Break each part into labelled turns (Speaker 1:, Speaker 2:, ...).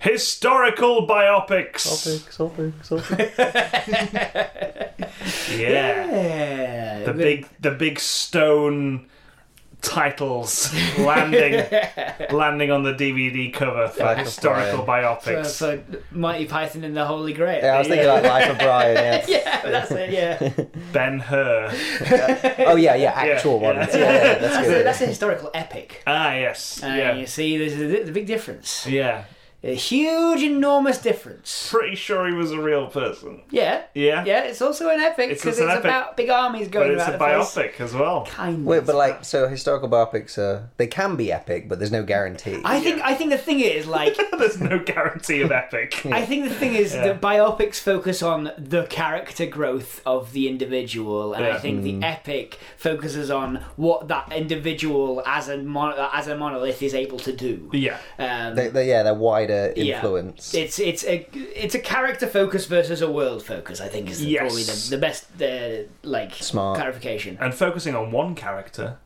Speaker 1: Historical biopics!
Speaker 2: Topic, topic, topic.
Speaker 1: Yeah.
Speaker 3: Yeah.
Speaker 1: The big the big stone titles landing landing on the DVD cover for
Speaker 2: Like a
Speaker 1: historical biopics.
Speaker 4: So, so Mighty Python and the Holy Grail.
Speaker 2: Yeah, I was thinking like Life of Brian. Yeah.
Speaker 4: Yeah, that's it. Yeah,
Speaker 1: Ben Hur.
Speaker 2: Oh yeah, yeah, actual
Speaker 1: Yeah, yeah.
Speaker 2: ones. Yeah, yeah, that's
Speaker 4: that's, a,
Speaker 2: good.
Speaker 4: that's a historical epic.
Speaker 1: Ah yes.
Speaker 4: And
Speaker 1: yeah.
Speaker 4: you see, there's a, the big difference.
Speaker 1: Yeah.
Speaker 4: A huge, enormous difference.
Speaker 1: Pretty sure he was a real person.
Speaker 4: Yeah,
Speaker 1: Yeah.
Speaker 4: yeah. It's also an epic
Speaker 1: It's-
Speaker 4: because
Speaker 1: it's
Speaker 4: it's,
Speaker 1: an epic.
Speaker 4: about big armies going
Speaker 1: But it's
Speaker 4: about
Speaker 1: a
Speaker 4: the place.
Speaker 1: biopic as well.
Speaker 4: Kind of.
Speaker 2: Wait, but like, so historical biopics are they can be epic, but there's no guarantee.
Speaker 4: I think I think the thing is like.
Speaker 1: There's no guarantee of epic.
Speaker 4: I think the thing is that biopics focus on the character growth of the individual, and
Speaker 1: Yeah.
Speaker 4: I think
Speaker 2: Mm.
Speaker 4: the epic focuses on what that individual as a mon- as a monolith is able to do.
Speaker 1: yeah.
Speaker 4: Um,
Speaker 2: They, they, yeah, they're wider
Speaker 4: Yeah.
Speaker 2: influence.
Speaker 4: It's it's a it's a character focus versus a world focus. I think is the,
Speaker 1: Yes.
Speaker 4: probably the, the best uh, like
Speaker 2: Smart.
Speaker 4: clarification.
Speaker 1: And focusing on one character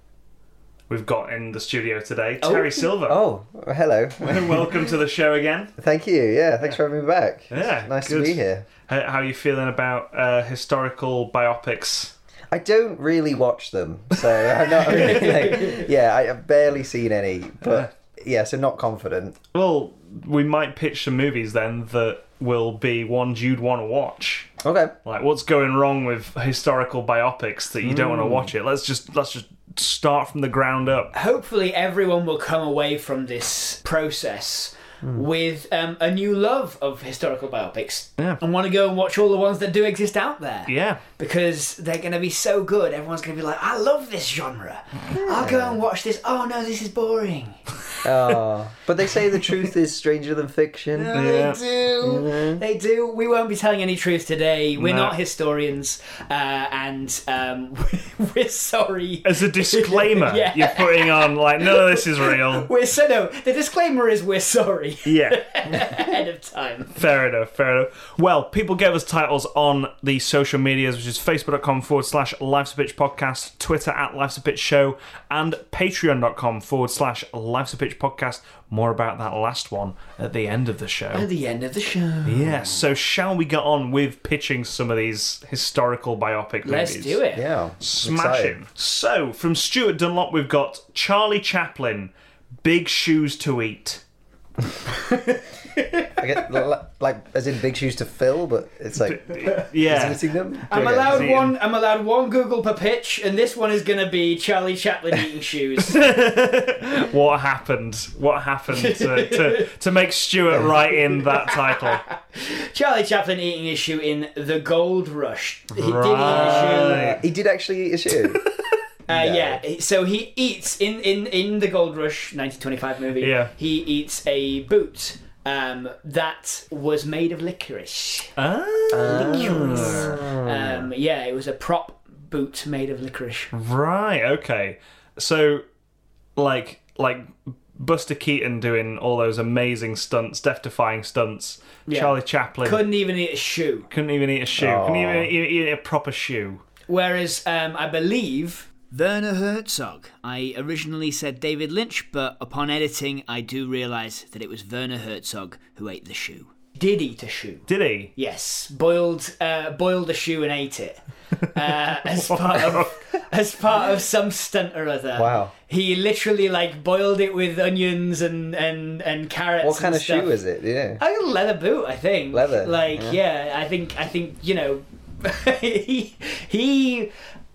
Speaker 1: we've got in the studio today,
Speaker 4: Oh.
Speaker 1: Terry Silver.
Speaker 2: Oh, hello.
Speaker 1: Welcome to the show again.
Speaker 2: Thank you. Yeah, thanks for having me back.
Speaker 1: Yeah,
Speaker 2: nice
Speaker 1: good.
Speaker 2: to be here.
Speaker 1: How, how are you feeling about uh, historical biopics?
Speaker 2: I don't really watch them, so I'm not really. Like, yeah, I, I've barely seen any, but yeah, so not confident.
Speaker 1: Well, we might pitch some movies then that will be ones you'd want to watch.
Speaker 2: Okay.
Speaker 1: Like, what's going wrong with historical biopics that you don't
Speaker 2: Hmm.
Speaker 1: want to watch it? Let's just let's just start from the ground up.
Speaker 4: Hopefully, everyone will come away from this process.
Speaker 1: Hmm.
Speaker 4: With um, a new love of historical biopics,
Speaker 1: Yeah.
Speaker 4: and want to go and watch all the ones that do exist out there,
Speaker 1: Yeah,
Speaker 4: because they're going to be so good. Everyone's going to be like, "I love this genre. I'll go and watch this." Oh no, this is boring.
Speaker 2: Oh, but they say the truth is stranger than fiction.
Speaker 1: Yeah.
Speaker 4: They do. They do. We won't be telling any truth today. We're
Speaker 1: No.
Speaker 4: not historians, uh, and um, we're sorry.
Speaker 1: as a disclaimer,
Speaker 4: Yeah.
Speaker 1: you're putting on like, no, this is real.
Speaker 4: We're so no. The disclaimer is we're sorry
Speaker 1: Yeah.
Speaker 4: ahead of time.
Speaker 1: Fair enough, fair enough. Well, people gave us titles on the social medias, which is facebook.com forward slash Life's a Pitch podcast, Twitter at Life's a Pitch show, and patreon.com forward slash Life's a Pitch podcast. More about that last one at the end of the
Speaker 4: At
Speaker 1: show.
Speaker 4: the end of the show.
Speaker 1: Yeah, so shall we get on with pitching some of these historical biopic
Speaker 4: Let's
Speaker 1: movies?
Speaker 4: do it.
Speaker 2: Yeah.
Speaker 1: Smashing. So, from Stuart Dunlop, we've got Charlie Chaplin, Big Shoes to Eat.
Speaker 2: I get, li- li- like, as in big shoes to fill, but it's like,
Speaker 1: Yeah.
Speaker 2: is eating them?
Speaker 4: I'm
Speaker 2: Okay.
Speaker 4: allowed
Speaker 1: Eating.
Speaker 4: one. I'm allowed one Google per pitch, and this one is going to be Charlie Chaplin eating shoes.
Speaker 1: what happened? What happened to, to, to make Stuart write in that title?
Speaker 4: Charlie Chaplin eating his shoe in the Gold Rush. He did eat his shoe.
Speaker 1: Right.
Speaker 2: He did actually eat a shoe.
Speaker 4: Uh,
Speaker 2: No.
Speaker 4: Yeah, so he eats in, in, in the Gold Rush 1925 movie.
Speaker 1: Yeah.
Speaker 4: he eats a boot um, that was made of licorice.
Speaker 1: Ah,
Speaker 4: Licorice. Um, yeah, it was a prop boot made of licorice.
Speaker 1: Mm-hmm. right. Okay. So, like, like Buster Keaton doing all those amazing stunts, death-defying stunts.
Speaker 4: Yeah.
Speaker 1: Charlie Chaplin couldn't,
Speaker 4: Couldn't even eat a shoe.
Speaker 1: even eat a shoe. Couldn't even eat, eat a proper shoe.
Speaker 4: Whereas um, I believe Werner Herzog. I originally said David Lynch, but upon editing, I do realise that it was Werner Herzog who ate the shoe. Did eat a shoe.
Speaker 1: Did he?
Speaker 4: Yes, boiled uh, boiled a shoe and ate it uh, as part of as part of some stunt or other.
Speaker 2: Wow.
Speaker 4: He literally like boiled it with onions and and and carrots.
Speaker 2: What kind of shoe is
Speaker 4: it?
Speaker 2: it? Yeah.
Speaker 4: A leather boot, I think.
Speaker 2: Leather,
Speaker 4: Like yeah, I think I think you know he he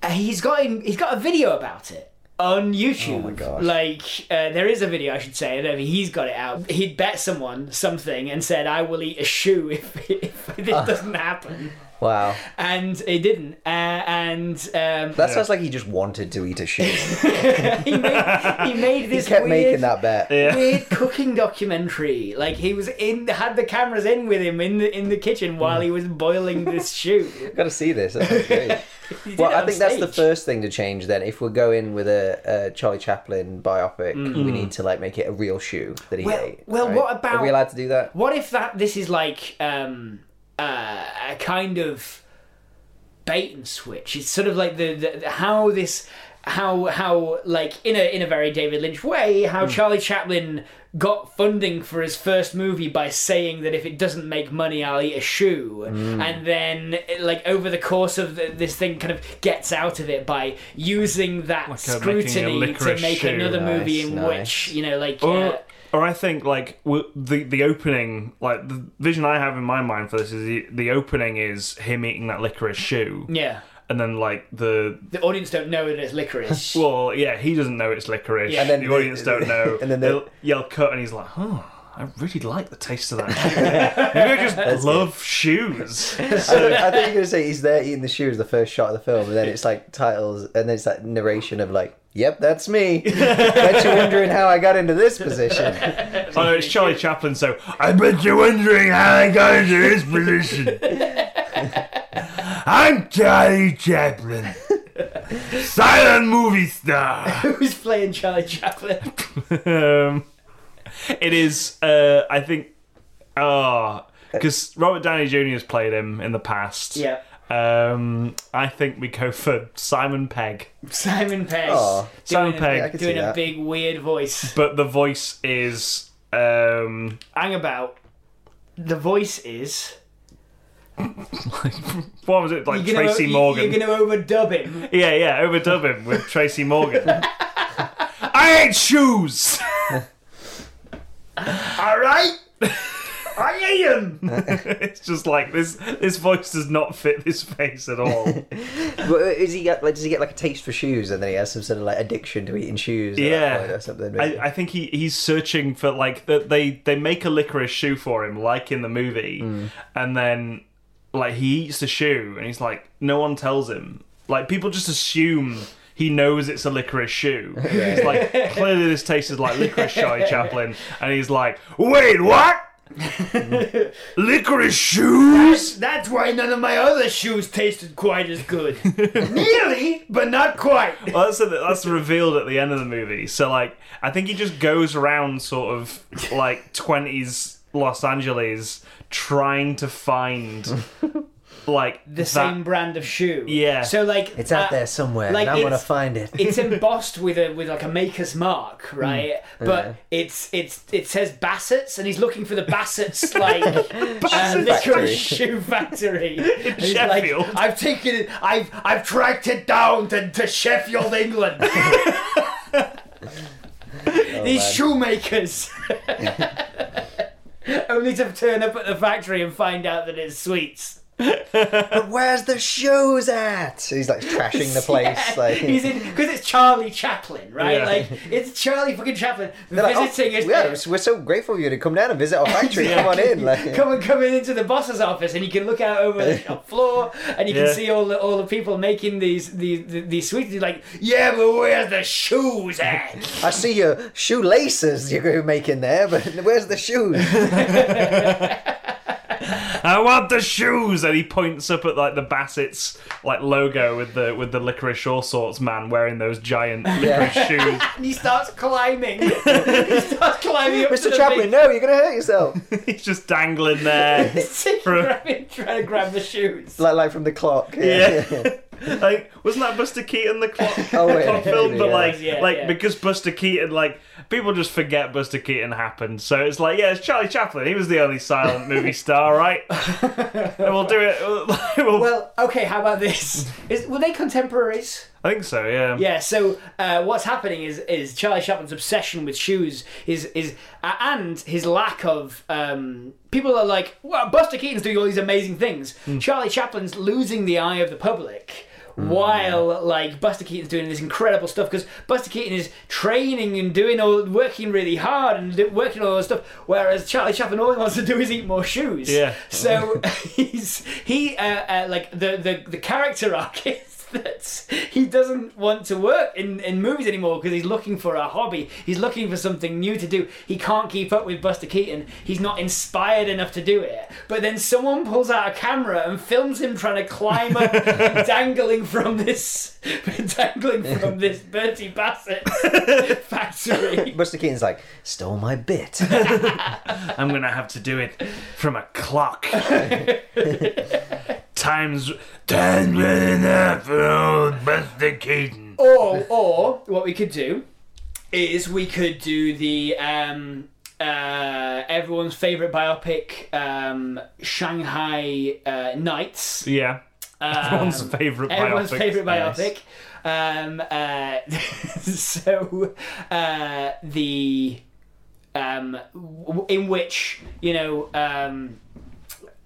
Speaker 4: he's got him, he's got a video about it. on YouTube.
Speaker 2: Oh my gosh.
Speaker 4: Like uh, there is a video I should say. I don't know if he's got it out. He'd bet someone something and said, "I will eat a shoe if, if this
Speaker 2: Uh.
Speaker 4: doesn't happen,"
Speaker 2: Wow.
Speaker 4: and it didn't. Uh, and um,
Speaker 2: That sounds like he just wanted to eat a shoe.
Speaker 4: he made he made
Speaker 2: he
Speaker 4: this
Speaker 2: kept
Speaker 4: weird,
Speaker 2: making that bet.
Speaker 4: weird cooking documentary. Like he was in had the cameras in with him in the in the kitchen while
Speaker 2: Hmm.
Speaker 4: he was boiling this shoe.
Speaker 2: Got to see this. That sounds great. well,
Speaker 4: it
Speaker 2: I
Speaker 4: on
Speaker 2: think that's the
Speaker 4: stage.
Speaker 2: first thing to change. Then, if we're going with a, a Charlie Chaplin biopic, we need to like make it a real shoe that he
Speaker 4: Mm. Well-
Speaker 2: ate.
Speaker 4: well,
Speaker 2: right?
Speaker 4: what
Speaker 2: Are we
Speaker 4: about-
Speaker 2: allowed to do that?
Speaker 4: What if that this is like um, uh, a kind of bait and switch? It's sort of like the, the, the- how this how how like in a in a very David Lynch way how
Speaker 1: Hmm.
Speaker 4: Charlie Chaplin got funding for his first movie by saying that if it doesn't make money I'll eat a shoe
Speaker 1: Hmm.
Speaker 4: and then like over the course of the, this thing kind of gets out of it by using that
Speaker 1: Like, uh, making a
Speaker 4: scrutiny to
Speaker 1: licorice
Speaker 4: make
Speaker 1: shoe.
Speaker 4: another movie
Speaker 2: Nice,
Speaker 4: in
Speaker 2: nice.
Speaker 4: which you know like uh,
Speaker 1: Or, or I think like w- the the opening, like the vision I have in my mind for this is the, the opening is him eating that licorice shoe,
Speaker 4: yeah
Speaker 1: and then like the
Speaker 4: the audience don't know that it's licorice
Speaker 1: well, yeah, he doesn't know it's licorice,
Speaker 4: Yeah.
Speaker 1: and
Speaker 4: And
Speaker 1: then
Speaker 2: then
Speaker 1: the
Speaker 2: the-
Speaker 1: audience don't know,
Speaker 2: and then they-
Speaker 1: they'll yell cut, and he's like, huh. I really like the taste of that. shoe." Maybe I just love shoes.
Speaker 2: I thought- I think you're gonna say he's there eating the shoe is the first shot of the film, and then it's like titles, and then it's that narration of like, "Yep, that's me." Bet you're wondering how I got into this position.
Speaker 1: Oh no, it's Charlie Chaplin. So I bet you're wondering how I got into this position. I'm Charlie Chaplin, silent movie star.
Speaker 4: Who's playing Charlie Chaplin?
Speaker 1: um, it is. Uh, I think. Ah, because Robert Downey Jr. has played him in the past.
Speaker 4: Yeah.
Speaker 1: Um, I think we go for Simon Pegg.
Speaker 4: Simon Pegg.
Speaker 2: Aw.
Speaker 1: Simon
Speaker 4: doing
Speaker 1: Pegg.
Speaker 2: Yeah, I
Speaker 4: A,
Speaker 2: can see
Speaker 4: doing a
Speaker 2: that.
Speaker 4: big weird voice.
Speaker 1: But the voice is. Um,
Speaker 4: Hang about. The voice is.
Speaker 1: what was it like? Tracy
Speaker 4: o-
Speaker 1: Morgan.
Speaker 4: You're going to overdub him.
Speaker 1: Yeah, yeah, overdub him with Tracy Morgan. I hate shoes. All right. I hate 'em. it's just like this. This voice does not fit this face at all.
Speaker 2: But is he get, like, does he get like a taste for shoes, and then he has some sort of like addiction to eating shoes? at that
Speaker 1: Yeah.
Speaker 2: point or something.
Speaker 1: I,
Speaker 2: maybe?
Speaker 1: I think he, he's searching for like that. They they make a licorice shoe for him, like in the movie, and then like he eats the shoe, and he's like, no one tells him. Like people just assume. He knows it's a licorice shoe. He's like, clearly this tasted like licorice, Charlie Chaplin. And he's like, wait, what? licorice shoes?
Speaker 4: That's why none of my other shoes tasted quite as good. Nearly, but not quite.
Speaker 1: Well, that's, that's revealed at the end of the movie. So, like, I think he just goes around sort of like 20s Los Angeles trying to find like
Speaker 4: The same brand of shoe.
Speaker 1: Yeah.
Speaker 4: So like
Speaker 2: it's out
Speaker 4: uh,
Speaker 2: there somewhere,
Speaker 4: like,
Speaker 2: and I'm gonna
Speaker 4: it's-
Speaker 2: find it.
Speaker 4: it's embossed with a with like a maker's mark,
Speaker 2: Hmm.
Speaker 4: right? But it's it's it says Bassett's, and he's looking for the Bassett's like uh,
Speaker 2: factory.
Speaker 4: licorice shoe factory. And he's like,
Speaker 1: Sheffield.
Speaker 4: I've taken it. I've I've tracked it down to, to Sheffield, England. These
Speaker 2: Oh, man.
Speaker 4: shoemakers. Only to turn up at the factory and find out that it's sweets.
Speaker 2: But where's the shoes at? So he's like trashing the place.
Speaker 4: Yeah,
Speaker 2: like
Speaker 4: he's in because it's Charlie Chaplin, right?
Speaker 1: Yeah.
Speaker 4: Like it's Charlie fucking Chaplin
Speaker 2: They're like, "Oh,
Speaker 4: visiting us.
Speaker 2: yeah, we're so grateful of you to come down and visit our factory. Come on in. Like,
Speaker 4: Come and come in into the boss's office, and you can look out over the shop floor, and you
Speaker 1: Yeah.
Speaker 4: can see all the all the people making these these these sweets. He's like, yeah, but where's the shoes eh?" at?
Speaker 2: I see your shoelaces you're making there, but where's the shoes?
Speaker 1: I want the shoes, and he points up at like the Bassett's like logo with the with the licorice all sorts man wearing those giant licorice shoes.
Speaker 4: and he starts climbing. he starts climbing up to
Speaker 2: Mr.
Speaker 4: the
Speaker 2: Chaplin, no, you're gonna hurt yourself.
Speaker 1: He's just dangling there.
Speaker 4: big- grabbing, trying to grab the shoes.
Speaker 2: like, like from the clock.
Speaker 1: Yeah. like wasn't that Buster Keaton the clock,
Speaker 2: Oh,
Speaker 1: the
Speaker 2: wait,
Speaker 1: clock film?
Speaker 2: maybe,
Speaker 1: But
Speaker 2: yeah.
Speaker 1: like,
Speaker 4: Yeah,
Speaker 1: like
Speaker 4: yeah.
Speaker 1: because Buster Keaton, like people just forget Buster Keaton happened. So it's like, yeah, it's Charlie Chaplin. He was the only silent movie star, right? and we'll do it. we'll-
Speaker 4: Well, okay, how about this? Is, were they contemporaries?
Speaker 1: I think so. Yeah.
Speaker 4: Yeah. So uh, what's happening is is Charlie Chaplin's obsession with shoes is is uh, and his lack of um, people are
Speaker 1: Hmm.
Speaker 4: like, well, Buster Keaton's doing all these amazing things. Charlie Chaplin's losing the eye of the public. while like Buster Keaton's doing this incredible stuff because Buster Keaton is training and doing all working really hard and do, working all that stuff, whereas Charlie Chaplin all he wants to do is eat more shoes.
Speaker 1: Yeah.
Speaker 4: So he's he uh, uh, like the the the character arc is. That he doesn't want to work in, in movies anymore because he's looking for a hobby. He's looking for something new to do. He can't keep up with Buster Keaton. He's not inspired enough to do it. But then someone pulls out a camera and films him trying to climb up, dangling from this, dangling from this Bertie Bassett factory.
Speaker 2: Buster Keaton's like, stole my bit.
Speaker 1: I'm gonna have to do it from a clock. Times ten minutes after old Buster Keaton.
Speaker 2: Oh.
Speaker 4: Or, or what we could do is we could do the um, uh, everyone's favorite biopic, um, Shanghai uh, Nights.
Speaker 1: Yeah, everyone's
Speaker 4: Um,
Speaker 1: favorite
Speaker 4: everyone's
Speaker 1: biopic.
Speaker 4: favorite biopic. Um, uh, so uh, the um, w- in which you know um,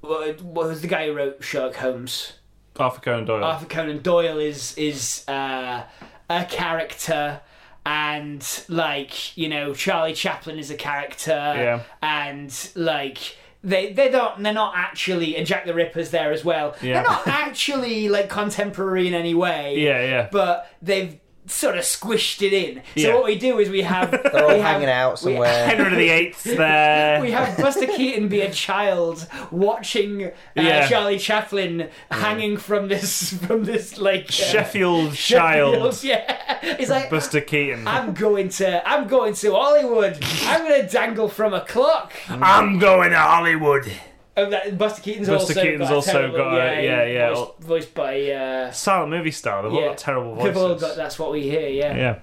Speaker 4: what, what was the guy who wrote Sherlock Holmes?
Speaker 1: Arthur Conan Doyle.
Speaker 4: Arthur Conan Doyle is is uh, a character, and like you know Charlie Chaplin is a character,
Speaker 1: Yeah.
Speaker 4: and like. They, they don't they're not actually and Jack the Ripper's there as well.
Speaker 1: Yeah.
Speaker 4: They're not actually like contemporary in any way.
Speaker 1: yeah, yeah.
Speaker 4: But they've sort of squished it in. So
Speaker 1: Yeah.
Speaker 4: what we do is we have
Speaker 2: They're all
Speaker 4: we have-
Speaker 2: hanging out
Speaker 4: we-
Speaker 2: somewhere.
Speaker 1: Henry the Eighth's there.
Speaker 4: we have Buster Keaton be a child watching uh,
Speaker 1: Yeah.
Speaker 4: Charlie Chaplin hanging from this from this like uh,
Speaker 1: Sheffield
Speaker 4: Sheffield,
Speaker 1: Child.
Speaker 4: Yeah, he's like
Speaker 1: Buster Keaton.
Speaker 4: I'm going to I'm going to Hollywood. I'm going to dangle from a clock.
Speaker 1: I'm going to Hollywood.
Speaker 4: And that- Buster Keaton's
Speaker 1: Buster
Speaker 4: also
Speaker 1: Keaton's
Speaker 4: got a
Speaker 1: also
Speaker 4: terrible-
Speaker 1: got a- yeah, yeah.
Speaker 4: voiced, voiced by uh,
Speaker 1: Silent movie star. They've all
Speaker 4: yeah.
Speaker 1: got terrible voices.
Speaker 4: They've all got that's what we hear. Yeah,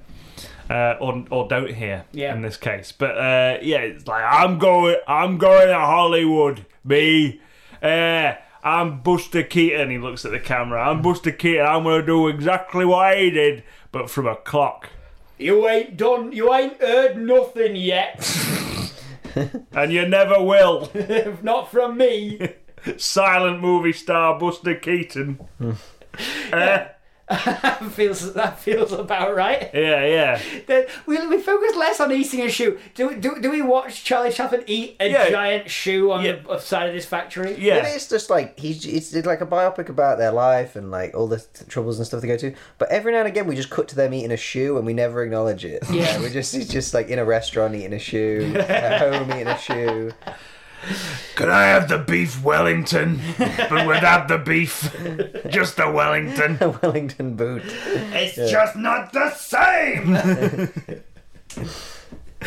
Speaker 1: yeah. Uh, or or don't hear
Speaker 4: Yeah.
Speaker 1: in this case, but uh, yeah, it's like I'm going, I'm going to Hollywood. Me, uh, I'm Buster Keaton. He looks at the camera. I'm Buster Keaton. I'm going to do exactly what he did, but from a clock.
Speaker 4: you ain't done. You ain't heard nothing yet.
Speaker 1: And you never will.
Speaker 4: Not from me.
Speaker 1: Silent movie star Buster Keaton. Uh,
Speaker 4: that feels that feels about right.
Speaker 1: yeah, yeah.
Speaker 4: Then we, we focus less on eating a shoe. Do, do, do we watch Charlie Chaplin eat a
Speaker 1: Yeah.
Speaker 4: giant shoe on
Speaker 1: Yeah.
Speaker 4: the the side of this factory?
Speaker 1: Yeah.
Speaker 2: Maybe it's just like he's it's like a biopic about their life and like all the t- troubles and stuff they go to. But every now and again, we just cut to them eating a shoe and we never acknowledge it.
Speaker 4: Yeah.
Speaker 2: we just he's just like in a restaurant eating a shoe, at home eating a shoe.
Speaker 1: Could I have the beef Wellington? but without the beef, just the Wellington.
Speaker 2: A Wellington boot.
Speaker 1: It's just not the same.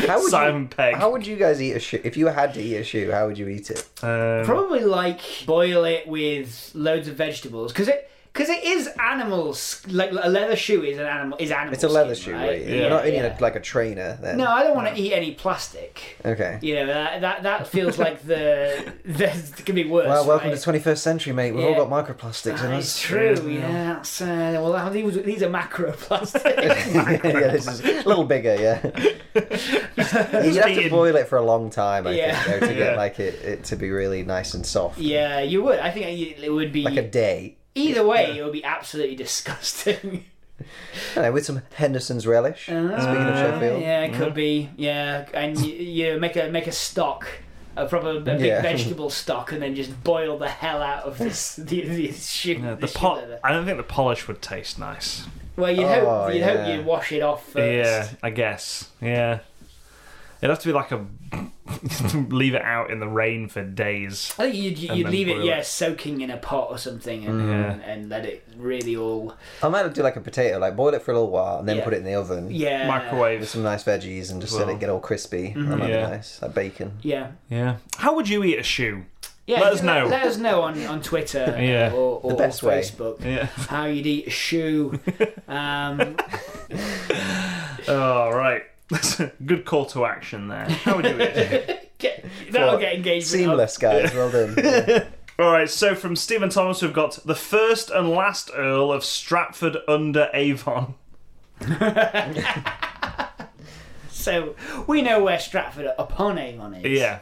Speaker 2: How would
Speaker 1: Simon
Speaker 2: you,
Speaker 1: Pegg.
Speaker 2: How would you guys eat a shoe? If you had to eat a shoe, how would you eat it?
Speaker 1: Um,
Speaker 4: Probably like boil it with loads of vegetables because it because it is animals like a leather shoe is an animal is animal.
Speaker 2: It's a leather shoe,
Speaker 4: skin,
Speaker 2: right?
Speaker 4: Yeah.
Speaker 2: You're not eating
Speaker 4: yeah.
Speaker 2: a, like a trainer then.
Speaker 4: No, I don't want to eat any plastic.
Speaker 2: Okay.
Speaker 4: You know that that, that feels like the that can be worse.
Speaker 2: Well, welcome
Speaker 4: right?
Speaker 2: to 21st century, mate. We've
Speaker 4: Yeah.
Speaker 2: all got microplastics in
Speaker 4: Ah, It's
Speaker 2: us.
Speaker 4: true, yeah. That's, uh, well, these, these are macroplastics.
Speaker 2: yeah, this is a little bigger, yeah. You'd have to
Speaker 1: Eating.
Speaker 2: boil it for a long time, I
Speaker 4: Yeah.
Speaker 2: think, though, to
Speaker 1: Yeah.
Speaker 2: get like it, it to be really nice and soft.
Speaker 4: yeah, you would. I think it would be
Speaker 2: Like a day.
Speaker 4: Either way, it would be absolutely disgusting.
Speaker 2: I know, with some Henderson's relish. Speaking of Sheffield.
Speaker 4: Ah, yeah, it could be. Yeah, and you, you make a make a stock, a proper a big
Speaker 2: Yeah.
Speaker 4: vegetable stock, and then just boil the hell out of this the, the shoe.
Speaker 1: yeah, the
Speaker 4: shoe
Speaker 1: pot.
Speaker 4: leather.
Speaker 1: I don't think the polish would taste nice.
Speaker 4: Well, you'd
Speaker 2: Oh,
Speaker 4: hope you'd
Speaker 2: yeah.
Speaker 4: hope you'd wash it off first.
Speaker 1: Yeah, I guess. Yeah, it'd have to be like a leave it out in the rain for days.
Speaker 4: I think you'd,
Speaker 1: And
Speaker 4: you'd
Speaker 1: then
Speaker 4: leave it,
Speaker 1: boil
Speaker 4: yeah,
Speaker 1: it.
Speaker 4: soaking in a pot or something, and,
Speaker 2: Mm.
Speaker 1: Yeah.
Speaker 4: and, and let it really all,
Speaker 2: I might do like a potato, like boil it for a little while and then
Speaker 4: Yeah.
Speaker 2: put it in the oven
Speaker 4: yeah,
Speaker 2: with
Speaker 1: Microwaves.
Speaker 2: some nice veggies and just let
Speaker 1: Well. Mm-hmm.
Speaker 2: it get all crispy. That might
Speaker 1: Yeah.
Speaker 2: be nice. Like bacon.
Speaker 4: yeah,
Speaker 1: Yeah. How would you eat a shoe?
Speaker 4: yeah.
Speaker 1: Let us know.
Speaker 4: Let, us know on on Twitter,
Speaker 1: Yeah.
Speaker 4: or, or
Speaker 2: The best way.
Speaker 4: Facebook.
Speaker 1: Yeah.
Speaker 4: How you'd eat a shoe. Um,
Speaker 1: All Oh, right. That's a good call to action there. How would you eat a shoe?
Speaker 4: Get, that'll
Speaker 2: Well,
Speaker 4: get engagement. up.
Speaker 2: Seamless, guys. Well done. Yeah.
Speaker 1: All right, so from Stephen Thomas, we've got the first and last Earl of Stratford under Avon.
Speaker 4: So we know where Stratford upon Avon is.
Speaker 1: Yeah.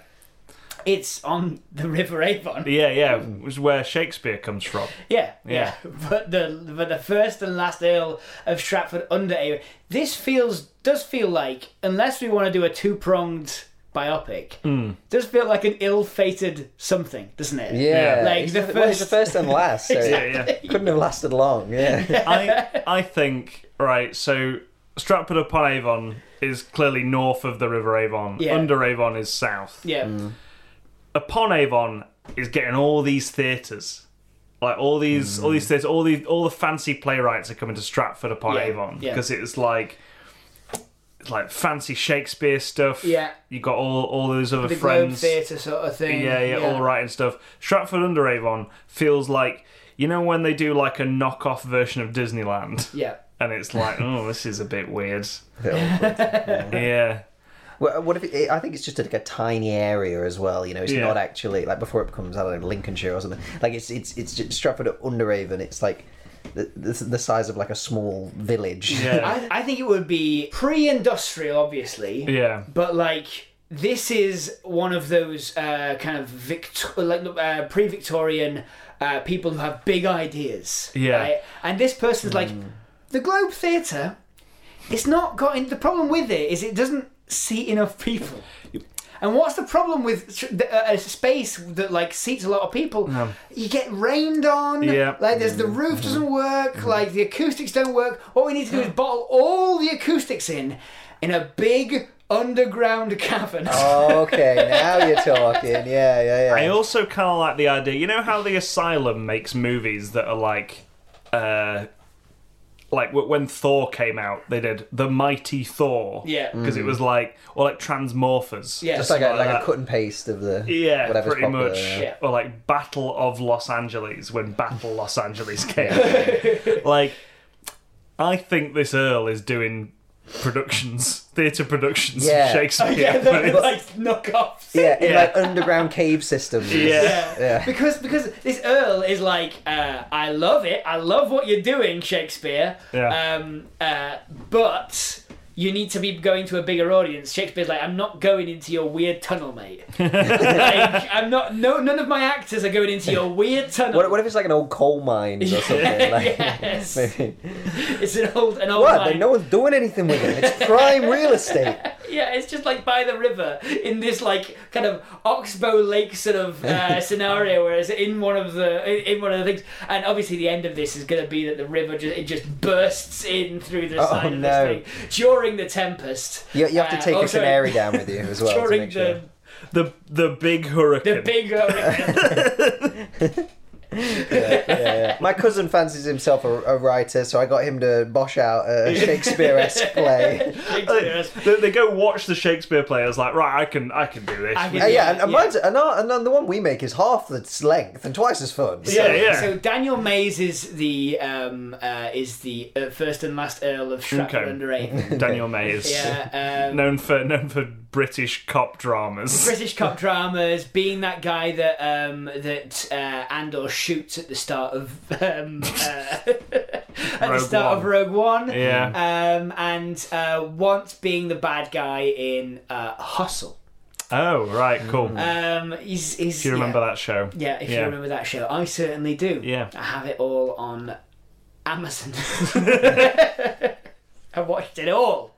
Speaker 4: it's on the River Avon.
Speaker 1: Yeah, yeah, was where Shakespeare comes from.
Speaker 4: Yeah, yeah. But the but the first and last Earl of Stratford under Avon. This feels does feel like unless we want to do a two pronged biopic,
Speaker 1: Hmm.
Speaker 4: does feel like an ill-fated something, doesn't it?
Speaker 2: Yeah,
Speaker 4: Like
Speaker 2: it's
Speaker 4: the
Speaker 2: the, well, it's the
Speaker 4: first-
Speaker 2: first and last. So
Speaker 1: Yeah,
Speaker 2: it
Speaker 1: yeah.
Speaker 2: couldn't have lasted long. Yeah,
Speaker 1: I I think right. So Stratford upon Avon is clearly north of the River Avon.
Speaker 4: Yeah.
Speaker 1: Under Avon is south.
Speaker 4: Yeah.
Speaker 1: Upon Avon is getting all these theatres. Like all these, all these theatres, all the all the fancy playwrights are coming to Stratford upon
Speaker 4: Hmm. Yeah,
Speaker 1: Avon
Speaker 4: yeah.
Speaker 1: because it's like, it's like fancy Shakespeare stuff.
Speaker 4: Yeah.
Speaker 1: you got all all those other
Speaker 4: The Globe
Speaker 1: friends.
Speaker 4: Theatre sort of thing.
Speaker 1: Yeah, yeah, all right and stuff. Stratford under Avon feels like you know when they do like a knockoff version of Disneyland,
Speaker 4: Yeah.
Speaker 1: and it's like, oh, this is a bit weird.
Speaker 2: Yeah.
Speaker 1: Yeah,
Speaker 2: well, what if it, I think it's just like a tiny area as well. You know, it's
Speaker 1: Yeah.
Speaker 2: not actually like before it becomes I don't know Lincolnshire or something. Like it's it's it's just Stratford under Avon. It's like the, the, the size of like a small village.
Speaker 1: yeah,
Speaker 4: I, I think it would be pre-industrial, obviously.
Speaker 1: yeah,
Speaker 4: But like this is one of those uh, kind of Vict- like uh, pre-Victorian uh, people who have big ideas.
Speaker 1: Yeah. Hmm.
Speaker 4: And this person's like the Globe Theatre. It's not got in, the problem with it is it doesn't seat enough people. And what's the problem with tr- the- uh, a a space that like seats a lot of people? You get rained on.
Speaker 1: Yeah.
Speaker 4: Like there's the roof doesn't work. Like the acoustics don't work. What we need to do is bottle all the acoustics in, in a big underground cavern.
Speaker 2: Oh, okay, now you're talking. Yeah, yeah,
Speaker 1: I
Speaker 2: yeah.
Speaker 1: also kind of like the idea. You know how the Asylum makes movies that are like, uh, like w- when Thor came out, they did the Mighty Thor.
Speaker 4: Yeah.
Speaker 1: because it was like or like Transmorphers.
Speaker 4: Yeah.
Speaker 2: Mm. Just like a, like
Speaker 1: that.
Speaker 2: a cut and paste of the
Speaker 1: Yeah,
Speaker 2: whatever's
Speaker 1: pretty
Speaker 2: popular,
Speaker 1: much.
Speaker 2: yeah.
Speaker 4: Yeah.
Speaker 1: Or like Battle of Los Angeles when Battle Los Angeles came. like, I think this Earl is doing productions, theatre productions,
Speaker 2: Yeah.
Speaker 1: of Shakespeare.
Speaker 4: yeah,
Speaker 1: but
Speaker 4: they're
Speaker 1: it's-
Speaker 4: like knockoffs.
Speaker 2: Yeah, in
Speaker 1: Yeah.
Speaker 2: like underground cave systems.
Speaker 1: Yeah.
Speaker 2: Yeah.
Speaker 4: Because because this Earl is like, uh, I love it. I love what you're doing, Shakespeare.
Speaker 1: Yeah.
Speaker 4: Um, uh, but you need to be going to a bigger audience. Shakespeare's like, I'm not going into your weird tunnel, mate. like, I'm not. No, none of my actors are going into your weird tunnel.
Speaker 2: What, what if it's like an old coal mine or something? Like,
Speaker 4: yes.
Speaker 2: maybe.
Speaker 4: It's an old an old
Speaker 2: What?
Speaker 4: line.
Speaker 2: Then no one's doing anything with it. It's prime real estate.
Speaker 4: Yeah, it's just like by the river in this like kind of oxbow lake sort of uh, scenario, where it's in one of the in in one of the things, and obviously the end of this is going to be that the river just, it just bursts in through the
Speaker 2: Oh,
Speaker 4: side of
Speaker 2: no.
Speaker 4: this thing during the tempest.
Speaker 2: You, you have to
Speaker 4: Uh,
Speaker 2: take
Speaker 4: oh,
Speaker 2: a
Speaker 4: sorry.
Speaker 2: canary down with you as well to
Speaker 4: during
Speaker 2: make sure.
Speaker 4: the
Speaker 1: the the big
Speaker 4: the
Speaker 1: hurricane.
Speaker 4: big uh, hurricane.
Speaker 2: Yeah, yeah, yeah. My cousin fancies himself a, a writer, so I got him to bosh out a Shakespeare-esque play.
Speaker 4: Shakespeare's-
Speaker 1: they, they go watch the Shakespeare players. Like, right, I can, I can do this.
Speaker 4: I can-
Speaker 2: Yeah, Uh, yeah, and, and,
Speaker 4: Yeah.
Speaker 2: mine's, and, our, and the one we make is half its length and twice as fun. so-
Speaker 1: yeah, yeah.
Speaker 4: So Daniel Mays is the um, uh, is the uh, first and last Earl of Stratford
Speaker 1: Okay.
Speaker 4: under Avon.
Speaker 1: Daniel May is
Speaker 4: Yeah. Um,
Speaker 1: known for known for British cop dramas.
Speaker 4: British cop dramas, being that guy that um, that uh, Andor shoots at the start of um, uh, at
Speaker 1: Rogue
Speaker 4: the start of
Speaker 1: One.
Speaker 4: Rogue One,
Speaker 1: Yeah.
Speaker 4: um, and uh, once being the bad guy in uh, Hustle.
Speaker 1: Oh, right, cool.
Speaker 4: Um, he's, he's,
Speaker 1: Do you remember that show?
Speaker 4: Yeah, if you
Speaker 1: Yeah.
Speaker 4: remember that show, I certainly do.
Speaker 1: Yeah.
Speaker 4: I have it all on Amazon. I watched it all.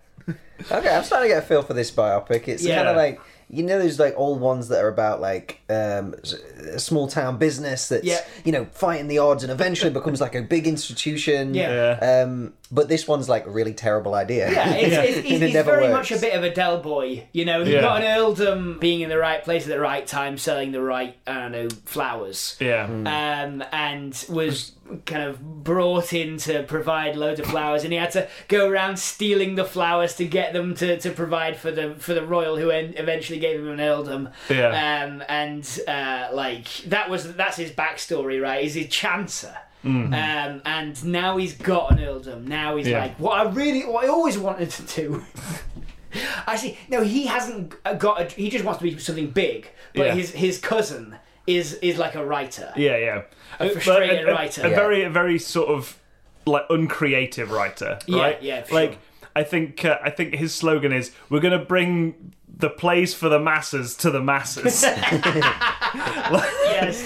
Speaker 2: Okay, I'm starting to get a feel for this biopic. It's
Speaker 4: Yeah.
Speaker 2: kind of like you know those like old ones that are about like um, s- a small town business that's
Speaker 4: Yeah.
Speaker 2: you know fighting the odds and eventually becomes like a big institution.
Speaker 4: Yeah.
Speaker 2: Um, but this one's like a really terrible idea.
Speaker 4: Yeah, it's,
Speaker 1: Yeah.
Speaker 4: It's, he's,
Speaker 2: it
Speaker 4: he's
Speaker 2: never
Speaker 4: very much
Speaker 2: works.
Speaker 4: a bit of a Dell boy. You know, he
Speaker 1: Yeah.
Speaker 4: got an earldom being in the right place at the right time, selling the right, I don't know, flowers.
Speaker 1: Yeah. Mm.
Speaker 4: Um, and was kind of brought in to provide loads of flowers, and he had to go around stealing the flowers to get them to, to provide for the for the royal, who en- eventually gave him an earldom.
Speaker 1: Yeah.
Speaker 4: Um, and uh, like that was that's his backstory, right? Is his chancer. Um, and now he's got an earldom. Now he's
Speaker 1: Mm. Yeah.
Speaker 4: like, what I really, what I always wanted to do. Actually, no, he hasn't got. A, he just wants to be something big. But
Speaker 1: Yeah.
Speaker 4: his his cousin is is like a writer.
Speaker 1: Yeah, yeah. A,
Speaker 4: frustrated
Speaker 1: but a- a-
Speaker 4: writer.
Speaker 1: A,
Speaker 4: Yeah.
Speaker 1: very, a very sort of like uncreative writer,
Speaker 4: Yeah,
Speaker 1: right?
Speaker 4: yeah, for
Speaker 1: like
Speaker 4: sure.
Speaker 1: I think uh, I think his slogan is "We're going to bring the plays for the masses to the masses.
Speaker 4: Yes.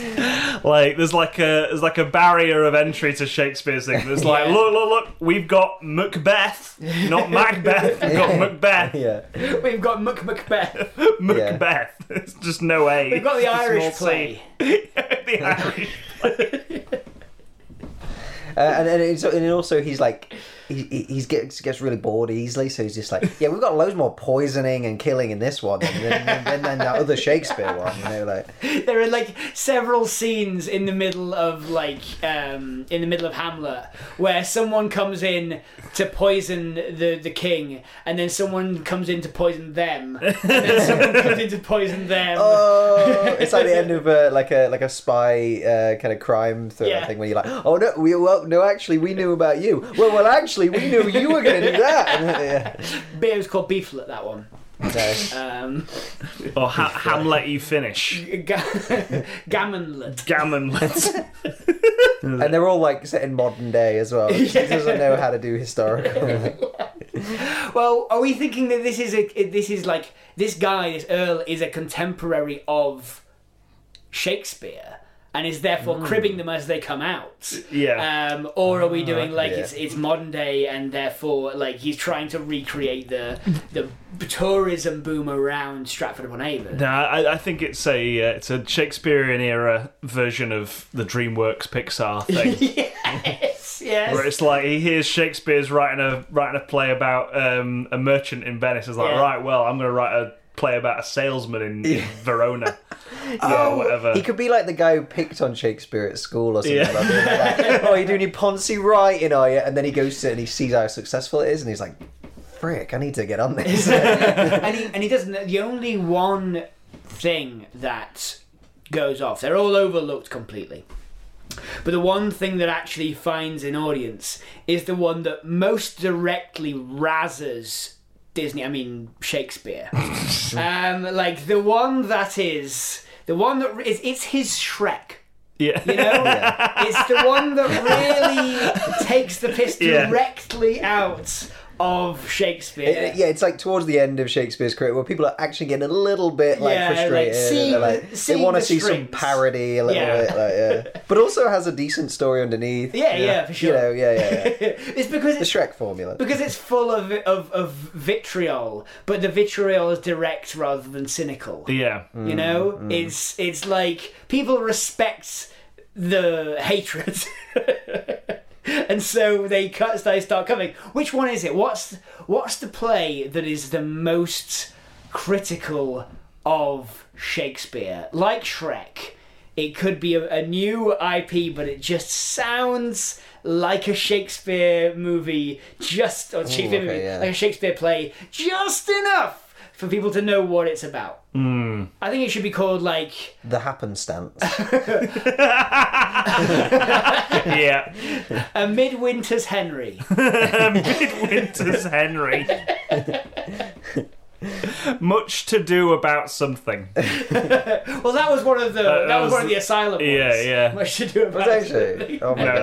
Speaker 1: like there's like a there's like a barrier of entry to Shakespeare's thing. There's like
Speaker 4: Yeah.
Speaker 1: look look look we've got Macbeth, not Macbeth. We've got Macbeth.
Speaker 2: Yeah.
Speaker 4: We've got Mac Macbeth.
Speaker 1: Macbeth. It's just no A.
Speaker 4: We've got the
Speaker 1: Small
Speaker 4: Irish
Speaker 1: C.
Speaker 4: play.
Speaker 1: the Irish.
Speaker 2: Uh, and and, it's, and also he's like he he he's gets gets really bored easily, so he's just like, yeah, we've got loads more poisoning and killing in this one than than, than, than that other Shakespeare one. You know, like
Speaker 4: There are like several scenes in the middle of like um, in the middle of Hamlet where someone comes in to poison the the king, and then someone comes in to poison them, and then someone comes in to poison them.
Speaker 2: oh, it's like the end of uh, like a like a spy uh, kind of crime thriller
Speaker 4: Yeah.
Speaker 2: thing where you're like, oh no, we well no actually we knew about you. Well, well actually we knew you were going to do that. And, yeah.
Speaker 4: Beer was called Beeflet that one.
Speaker 2: No.
Speaker 4: Um,
Speaker 1: Or ha- Hamlet, you finish.
Speaker 4: ga- Gammonlet.
Speaker 1: Gammonlet.
Speaker 2: and they're all like set in modern day as well. He doesn't know how to do historical.
Speaker 4: Well, are we thinking that this is a this is like this guy, this Earl, is a contemporary of Shakespeare and is therefore cribbing them as they come out?
Speaker 1: yeah.
Speaker 4: Um, or are we doing like
Speaker 2: yeah.
Speaker 4: it's it's modern day and therefore like he's trying to recreate the the tourism boom around Stratford upon Avon?
Speaker 1: no, I, I think it's a uh, it's a Shakespearean era version of the DreamWorks Pixar thing.
Speaker 4: yes, yes.
Speaker 1: Where it's like he hears Shakespeare's writing a writing a play about um, a merchant in Venice. It's like,
Speaker 4: Yeah.
Speaker 1: right, well, I'm going to write a play about a salesman in, in Verona, or whatever.
Speaker 2: He could be like the guy who picked on Shakespeare at school or something.
Speaker 1: Yeah.
Speaker 2: Like that. oh, you're doing your Ponzi writing, are you? And then he goes to it and he sees how successful it is, and he's like, "Frick, I need to get on this."
Speaker 4: and he and he doesn't. The only one thing that goes off, they're all overlooked completely. But the one thing that actually finds an audience is the one that most directly razzes Disney. I mean Shakespeare. um, like the one that is the one that is it's his Shrek.
Speaker 1: yeah.
Speaker 4: You know, it's the one that really takes the piss
Speaker 1: Yeah.
Speaker 4: directly out of Shakespeare.
Speaker 2: It- yeah, it's like towards the end of Shakespeare's career where people are actually getting a little bit like
Speaker 4: Yeah, like,
Speaker 2: frustrated. and
Speaker 4: seeing
Speaker 2: they're,
Speaker 4: the-
Speaker 2: like, they
Speaker 4: seeing
Speaker 2: want to
Speaker 4: the
Speaker 2: see some
Speaker 4: strings.
Speaker 2: parody a little
Speaker 4: Yeah.
Speaker 2: bit, like, yeah. But also has a decent story underneath.
Speaker 4: Yeah, yeah, for
Speaker 2: You
Speaker 4: sure.
Speaker 2: know, yeah, yeah, yeah.
Speaker 4: it's because
Speaker 2: The
Speaker 4: it's
Speaker 2: Shrek formula.
Speaker 4: because it's full of, of of vitriol, but the vitriol is direct rather than cynical.
Speaker 1: Yeah.
Speaker 4: You know,
Speaker 2: Mm,
Speaker 4: it's it's like people respect the hatred, and so they cut. They start coming. Which one is it? What's what's the play that is the most critical of Shakespeare? Like Shrek, it could be a, a new IP, but it just sounds like a Shakespeare movie, just or Shakespeare
Speaker 2: okay,
Speaker 4: movie,
Speaker 2: yeah.
Speaker 4: like a Shakespeare play, just enough for people to know what it's about. I think it should be called like
Speaker 2: The happenstance.
Speaker 1: Yeah.
Speaker 4: a Midwinter's Henry.
Speaker 1: Winters Henry. Much to do about something.
Speaker 4: Well, that was one of the
Speaker 1: Uh,
Speaker 4: that was
Speaker 1: was-
Speaker 4: one of the asylum. Ones.
Speaker 1: yeah, yeah.
Speaker 4: Much to do about
Speaker 2: actually.
Speaker 4: it.
Speaker 2: Oh my
Speaker 1: No.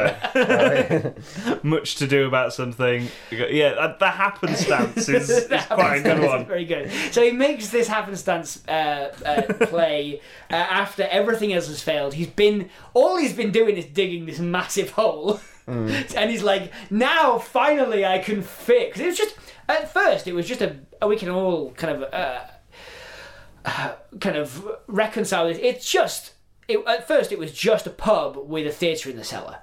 Speaker 2: god.
Speaker 1: Much to do about something. You go- Yeah, that- the happenstance is, is
Speaker 4: That
Speaker 1: quite a good
Speaker 4: happenstance is
Speaker 1: one.
Speaker 4: Very good. So he makes this happenstance uh, uh, play uh, after everything else has failed. He's been all he's been doing is digging this massive hole, and he's like, now finally I can fix. It was just at first it was just a, we can all kind of. Uh, kind of reconcile this. It's just it, at first it was just a pub with a theatre in the cellar,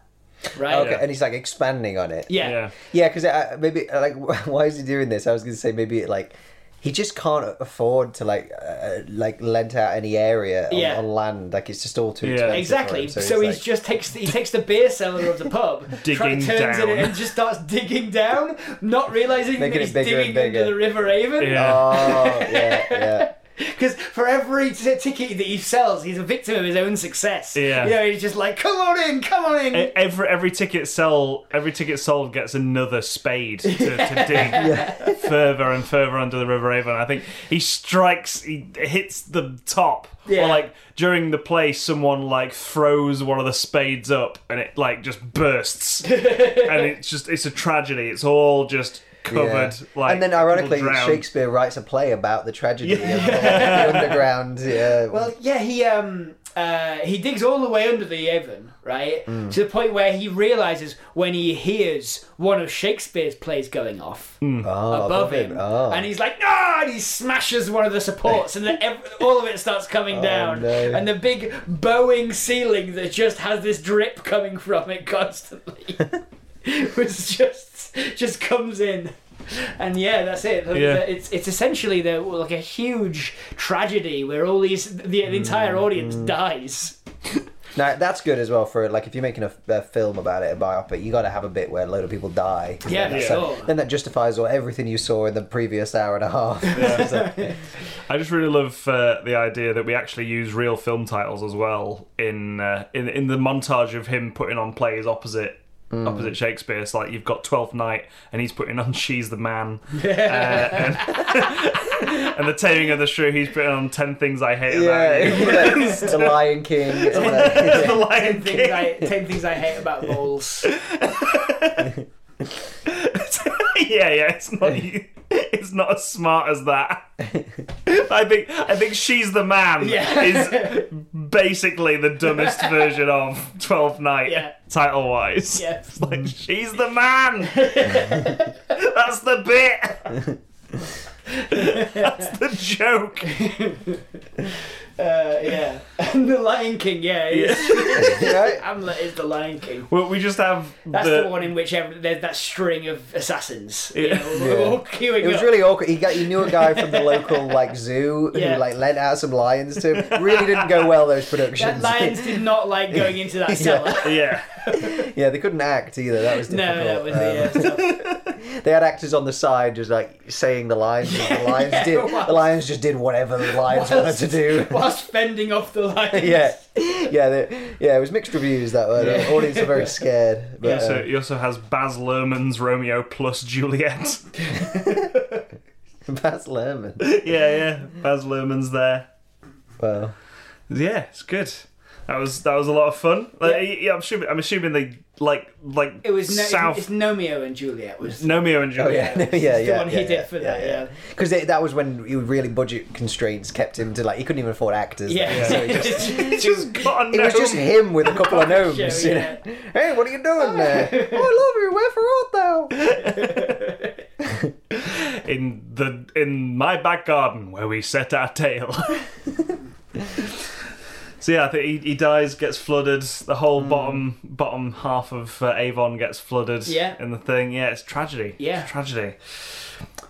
Speaker 4: right?
Speaker 2: Okay, and he's like expanding on it.
Speaker 4: Yeah.
Speaker 1: Yeah.
Speaker 2: Yeah, because maybe like, why is he doing this? I was gonna say maybe like he just can't afford to like uh, like lent out any area on,
Speaker 4: Yeah.
Speaker 2: on land. Like it's just all too
Speaker 1: Yeah.
Speaker 2: expensive. for
Speaker 4: Exactly.
Speaker 2: him,
Speaker 4: So,
Speaker 2: he's
Speaker 4: he
Speaker 2: like-
Speaker 4: just takes he takes the beer cellar of the pub,
Speaker 1: Digging
Speaker 4: turns in
Speaker 1: down.
Speaker 4: it, and just starts digging down, not realizing that
Speaker 2: Making it
Speaker 4: he's
Speaker 2: bigger and
Speaker 4: digging into
Speaker 2: bigger.
Speaker 4: the River Avon.
Speaker 1: Yeah.
Speaker 2: Oh yeah, yeah.
Speaker 4: Because for every t- ticket that he sells, he's a victim of his own success.
Speaker 1: Yeah.
Speaker 4: You know, he's just like, come on in, come on in.
Speaker 2: Eh.
Speaker 1: E- Every every ticket sell every ticket sold gets another spade to, to dig further and further under the River Avon. I think he strikes, he hits the top.
Speaker 4: Yeah.
Speaker 1: Or like during the play, someone like throws one of the spades up and it like just bursts, and it's just it's a tragedy. It's all just covered. Like,
Speaker 2: and then ironically,
Speaker 1: people drown.
Speaker 2: Shakespeare writes a play about the tragedy of the, the underground. Yeah,
Speaker 4: Well, yeah, he um uh, he digs all the way under the oven, right?
Speaker 2: Mm.
Speaker 4: To the point where he realizes when he hears one of Shakespeare's plays going off
Speaker 2: Oh,
Speaker 4: above him,
Speaker 2: Oh.
Speaker 4: and he's like, "No!" and he smashes one of the supports, and then ev- all of it starts coming down,
Speaker 2: no.
Speaker 4: and the big bowing ceiling that just has this drip coming from it constantly was just just comes in. And yeah, that's it. The-
Speaker 1: Yeah.
Speaker 4: the- It's it's essentially the, like a huge tragedy where all these the, the entire audience dies.
Speaker 2: now that's good as well for like if you're making a, a film about it, a biopic, you got to have a bit where a load of people die. 'cause
Speaker 4: Yeah,
Speaker 2: then that's
Speaker 4: yeah.
Speaker 2: like-
Speaker 4: sure.
Speaker 2: then that justifies all everything you saw in the previous hour and a half. It's like,
Speaker 1: I just really love uh, the idea that we actually use real film titles as well in uh, in in the montage of him putting on plays opposite.
Speaker 4: Mm.
Speaker 1: Opposite Shakespeare, so like you've got Twelfth Night, and he's putting on She's the Man, uh, and, and the Taming of the Shrew. He's putting on Ten Things I Hate
Speaker 2: yeah,
Speaker 1: About You.
Speaker 2: yeah, the Lion King. it's like-
Speaker 1: the Lion
Speaker 4: Ten things
Speaker 1: King.
Speaker 4: I ten things I hate about moles.
Speaker 1: yeah, yeah, it's not it's not as smart as that. I think I think she's the man
Speaker 4: Yeah.
Speaker 1: is basically the dumbest version of Twelfth Night
Speaker 4: Yeah.
Speaker 1: title wise.
Speaker 4: Yeah.
Speaker 1: It's like she's the man. That's the bit. That's the joke.
Speaker 4: Uh, yeah, and the Lion King. Yeah, it's-
Speaker 2: Right?
Speaker 4: Hamlet is the Lion King.
Speaker 1: Well, we just have
Speaker 4: That's the, one in which every, there's that string of assassins. You
Speaker 1: Yeah.
Speaker 4: know, we're all queuing
Speaker 2: It was
Speaker 4: up.
Speaker 2: really awkward. He got he knew a guy from the local like zoo
Speaker 4: Yeah.
Speaker 2: who like lent out some lions to him. Really didn't go well those
Speaker 4: that
Speaker 2: productions.
Speaker 4: lions did not like going into that cellar.
Speaker 2: yeah.
Speaker 1: yeah.
Speaker 2: yeah, they couldn't act either. That was difficult.
Speaker 4: No, that was
Speaker 2: Um,
Speaker 4: the uh, stuff.
Speaker 2: They had actors on the side just like saying the lines. and the lions
Speaker 4: Yeah,
Speaker 2: did.
Speaker 4: whilst-
Speaker 2: The lions just did whatever the lions wanted to do.
Speaker 4: whilst fending off the lions.
Speaker 2: yeah, yeah, they, yeah. It was mixed reviews that were. The audience were very scared. But,
Speaker 1: So
Speaker 2: yeah,
Speaker 1: he also has Baz Luhrmann's Romeo plus Juliet.
Speaker 2: Baz Luhrmann.
Speaker 1: yeah, yeah. Baz Luhrmann's there.
Speaker 2: Well,
Speaker 1: Yeah, it's good. That was that was a lot of fun. Like, yeah. I'm assuming I'm assuming they like like
Speaker 4: It was no,
Speaker 1: South
Speaker 4: it's Nomeo and Juliet was
Speaker 1: Nomeo and
Speaker 2: oh
Speaker 1: Juliet.
Speaker 2: yeah, yeah,
Speaker 4: the
Speaker 2: yeah. yeah,
Speaker 4: one he did for that, yeah.
Speaker 2: Because that was when he was really budget constraints kept him to like he couldn't even afford actors.
Speaker 4: yeah.
Speaker 2: then, so he just-
Speaker 1: He just got a
Speaker 2: It
Speaker 1: gnome.
Speaker 2: was just him with a couple of gnomes.
Speaker 4: show,
Speaker 2: you know.
Speaker 4: yeah.
Speaker 2: Hey, what are you doing there? oh, I love you. Wherefore art thou?
Speaker 1: in the in my back garden where we set our tail. so yeah, I think he, he dies, gets flooded. The whole
Speaker 4: Hmm.
Speaker 1: bottom bottom half of uh, Avon gets flooded.
Speaker 4: Yeah.
Speaker 1: in the thing. Yeah, it's tragedy.
Speaker 4: Yeah.
Speaker 1: it's tragedy.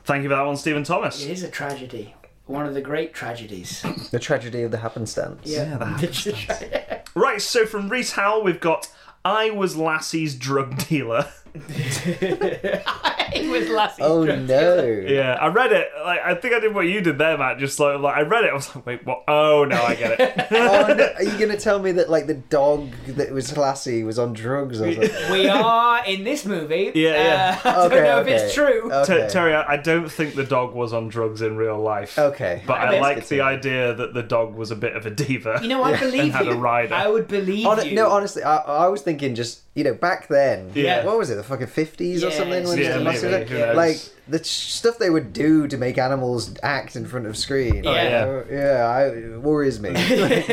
Speaker 1: Thank you for that one, Stephen Thomas.
Speaker 4: It is a tragedy. One of the great tragedies.
Speaker 2: The tragedy of the happenstance.
Speaker 4: Yeah,
Speaker 1: that
Speaker 4: that
Speaker 1: Right, so from Reese Howell, we've got I was Lassie's drug dealer.
Speaker 4: It was Lassie.
Speaker 2: Oh no.
Speaker 1: Yeah, I read it. Like, I think I did what you did there, Matt. Just like, like I read it, I was like, wait, what? Oh no, I get it.
Speaker 2: Oh, no. Are you gonna tell me that like the dog that was Lassie was on drugs or something?
Speaker 4: We are in this movie.
Speaker 1: Yeah, yeah.
Speaker 4: Uh, I don't
Speaker 2: Okay,
Speaker 4: know if
Speaker 2: okay. Oh.
Speaker 4: it's true.
Speaker 1: Ter-
Speaker 2: Okay.
Speaker 1: Terry, I I don't think the dog was on drugs in real life.
Speaker 2: Okay.
Speaker 1: But I,
Speaker 4: bet-
Speaker 1: like the idea that the dog was a bit of a diva.
Speaker 4: You know, I believe
Speaker 1: had
Speaker 4: you.
Speaker 1: a rider.
Speaker 4: I would believe
Speaker 2: Hon-
Speaker 4: you.
Speaker 2: no, honestly, I, I was thinking just you know back then.
Speaker 1: Yeah.
Speaker 2: What was it? The fucking fifties or
Speaker 4: Yeah,
Speaker 2: something? When
Speaker 1: yeah,
Speaker 2: it was
Speaker 1: maybe,
Speaker 2: massive?
Speaker 1: who knows?
Speaker 2: Like the ch- stuff they would do to make animals act in front of screen.
Speaker 4: Oh,
Speaker 1: yeah.
Speaker 2: yeah. I, it worries me.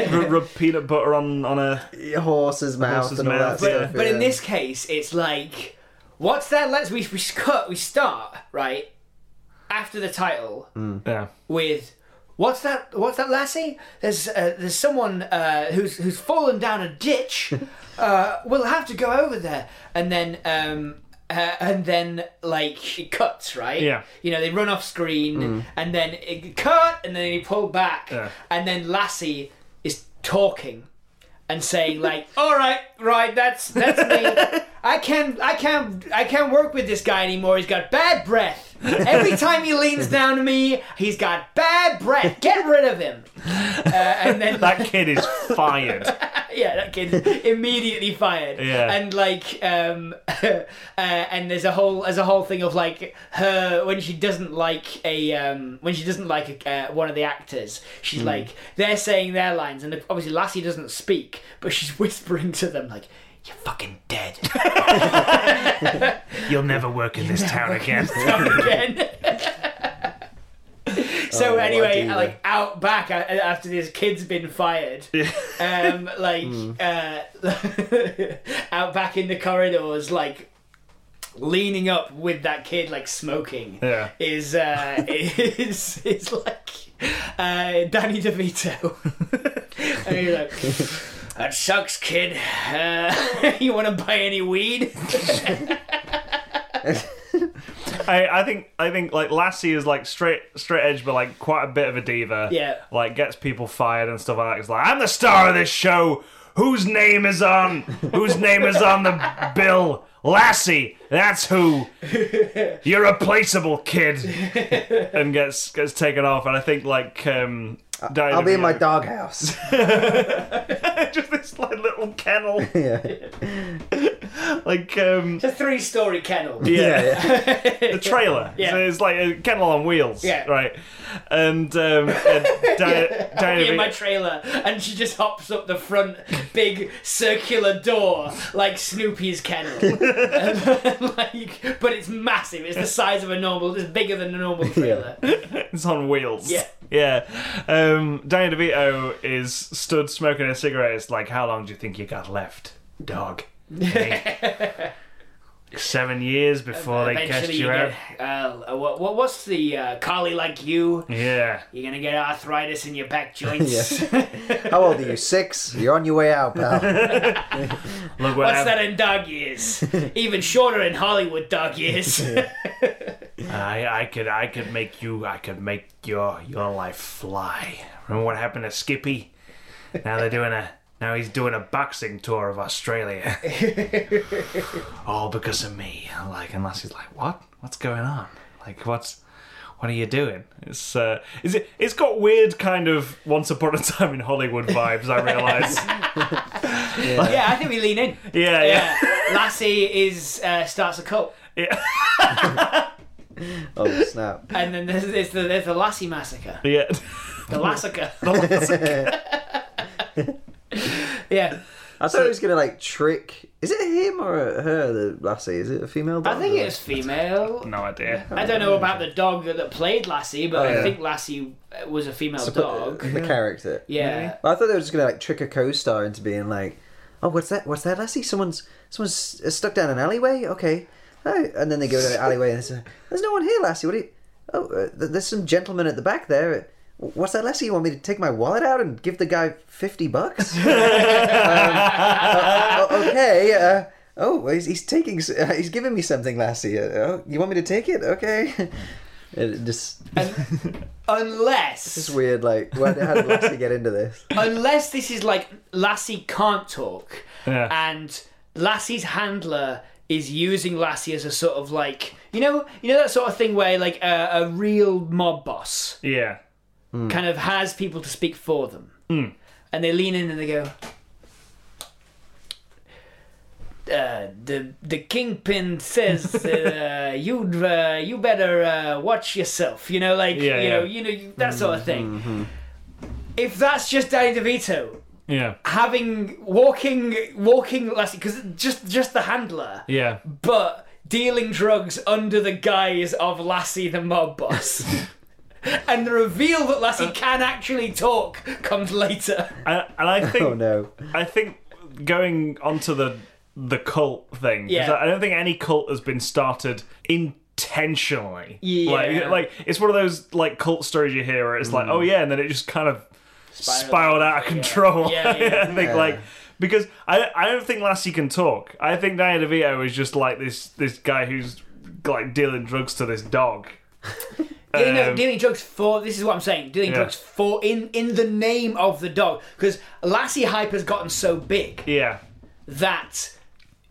Speaker 1: R- rub peanut butter on on a.
Speaker 2: horse's mouth
Speaker 1: horse's
Speaker 2: and all
Speaker 1: mouth,
Speaker 2: that
Speaker 1: yeah.
Speaker 2: stuff.
Speaker 4: But in
Speaker 2: yeah.
Speaker 4: this case, it's like, what's that? Let's we we cut. We start right after the title
Speaker 1: Yeah.
Speaker 4: with what's that? What's that, Lassie? There's uh, there's someone uh, who's who's fallen down a ditch. uh, we'll have to go over there, and then. Um, uh, and then, like, it cuts, right?
Speaker 1: Yeah.
Speaker 4: You know, they run off screen, and then it cut, and then he pull back,
Speaker 1: Yeah.
Speaker 4: and then Lassie is talking and saying like, "All right, right, that's that's me. I can't, I can't, I can't work with this guy anymore. He's got bad breath. Every time he leans down to me, he's got bad breath. Get rid of him." Uh, and then,
Speaker 1: That kid is fired.
Speaker 4: yeah, that kid immediately fired.
Speaker 1: Yeah.
Speaker 4: And like, um, uh, and there's a whole, there's a whole thing of like her when she doesn't like a, um, when she doesn't like a, uh, one of the actors, she's like, they're saying their lines, and obviously Lassie doesn't speak, but she's whispering to them like. you're fucking dead.
Speaker 1: You'll never work in this town again.
Speaker 4: again.
Speaker 2: Oh,
Speaker 4: so
Speaker 2: what a
Speaker 4: anyway,
Speaker 2: diva.
Speaker 4: like out back a- after this kid's been fired, um, like uh, out back in the corridors, like leaning up with that kid, like smoking,
Speaker 1: Yeah.
Speaker 4: is uh, is is like uh, Danny DeVito, and he's like. That sucks, kid. Uh, you want to buy any weed?
Speaker 1: I, I think I think like Lassie is like straight straight edge, but like quite a bit of a diva.
Speaker 4: Yeah.
Speaker 1: like gets people fired and stuff like that. It's like I'm the star of this show. Whose name is on? Whose name is on the bill? Lassie. That's who. You're replaceable, kid. and gets gets taken off. And I think like um, Diana
Speaker 2: I'll be in my
Speaker 1: DeVito-
Speaker 2: doghouse.
Speaker 1: just this like little kennel,
Speaker 2: yeah.
Speaker 1: like um,
Speaker 4: It's a three-story kennel.
Speaker 1: yeah.
Speaker 2: yeah.
Speaker 1: the trailer.
Speaker 4: Yeah.
Speaker 1: So it's like a kennel on wheels.
Speaker 4: Yeah.
Speaker 1: Right. And um, and Di- Diana
Speaker 4: me in my
Speaker 1: DeVito-
Speaker 4: trailer, and she just hops up the front big circular door like Snoopy's kennel. And, like, but it's massive. It's the size of a normal. It's bigger than a normal trailer.
Speaker 1: it's on wheels.
Speaker 4: Yeah.
Speaker 1: Yeah. Um, Diana DeVito is stood smoking a cigarette. It's like, how long do you think you got left, dog? Hey. Seven years before they cast
Speaker 4: Eventually,
Speaker 1: you
Speaker 4: you
Speaker 1: out.
Speaker 4: get, uh, what, what, what's the uh, Carly like you?
Speaker 1: Yeah.
Speaker 4: You're gonna get arthritis in your back joints.
Speaker 2: How old are you? Six? You're on your way out, pal.
Speaker 1: Look what
Speaker 4: What's
Speaker 1: happened.
Speaker 4: that in dog years? Even shorter in Hollywood dog years.
Speaker 1: I, I could I could make you I could make your your life fly. Remember what happened to Skippy? Now they're doing a now he's doing a boxing tour of Australia. All because of me. Like and Lassie's like, What? What's going on? Like what's what are you doing? It's uh, is it? It's got weird kind of Once Upon a Time in Hollywood vibes. I realise.
Speaker 4: yeah, I think we lean in.
Speaker 1: yeah, yeah,
Speaker 4: Yeah, Lassie is uh, starts a cult.
Speaker 1: yeah,
Speaker 2: oh snap!
Speaker 4: And then there's, there's, the, there's the Lassie massacre.
Speaker 1: yeah.
Speaker 4: The Lassica. yeah.
Speaker 2: I thought it was gonna like trick. Is it him or her? The lassie? Is it a female?
Speaker 4: I
Speaker 2: dog?
Speaker 4: think it's female.
Speaker 1: No idea.
Speaker 4: I don't know about the dog that played Lassie, but
Speaker 2: Oh, yeah. uh,
Speaker 4: I think Lassie uh, was a female
Speaker 2: Suppo-
Speaker 4: dog.
Speaker 2: The character.
Speaker 4: Yeah.
Speaker 2: I thought they were just gonna like trick a co-star into being like, "Oh, what's that? What's that? Lassie? Someone's someone's s- stuck down an alleyway. Okay." Oh, and then they go to the alleyway and they say, "There's no one here, Lassie. What? Are you... Oh, uh, th- there's some gentleman at the back there. What's that, Lassie? You want me to take my wallet out and give the guy fifty bucks? um, uh, oh, okay. Uh, oh, well, he's, he's taking. s- Uh, he's giving me something, Lassie. Uh, oh, you want me to take it? Okay. It just it's
Speaker 4: Unless,
Speaker 2: weird. Like, why, how did Lassie get into this?
Speaker 4: unless this is like Lassie can't talk,
Speaker 1: Yeah.
Speaker 4: and Lassie's handler is using Lassie as a sort of like you know you know that sort of thing where like a, a real mob boss
Speaker 1: Yeah. Hmm.
Speaker 4: kind of has people to speak for them. And they lean in and they go, uh, the the kingpin says uh, you uh, you better uh, watch yourself. You know, like
Speaker 1: Yeah,
Speaker 4: you
Speaker 1: yeah. Mm-hmm,
Speaker 4: know, you know you- that sort of thing. If that's just Danny DeVito
Speaker 1: Yeah.
Speaker 4: having walking walking last because just just the handler,
Speaker 1: Yeah.
Speaker 4: but dealing drugs under the guise of Lassie the mob boss. and the reveal that Lassie
Speaker 1: Uh.
Speaker 4: can actually talk comes later.
Speaker 1: And, and I think
Speaker 2: Oh no.
Speaker 1: I think going onto the the cult thing. 'cause
Speaker 4: Yeah.
Speaker 1: I don't think any cult has been started intentionally.
Speaker 4: Yeah.
Speaker 1: Like, like it's one of those like cult stories you hear where it's like, oh yeah, and then it just kind of spiraled, out of control.
Speaker 4: Yeah, yeah.
Speaker 1: I think like because I I don't think Lassie can talk. I think Diana DeVito is just like this this guy who's like dealing drugs to this dog.
Speaker 4: Dealing, no,
Speaker 1: Um,
Speaker 4: dealing drugs for this is what I'm saying. Dealing
Speaker 1: Yeah.
Speaker 4: drugs for in in the name of the dog because Lassie hype has gotten so big
Speaker 1: Yeah.
Speaker 4: that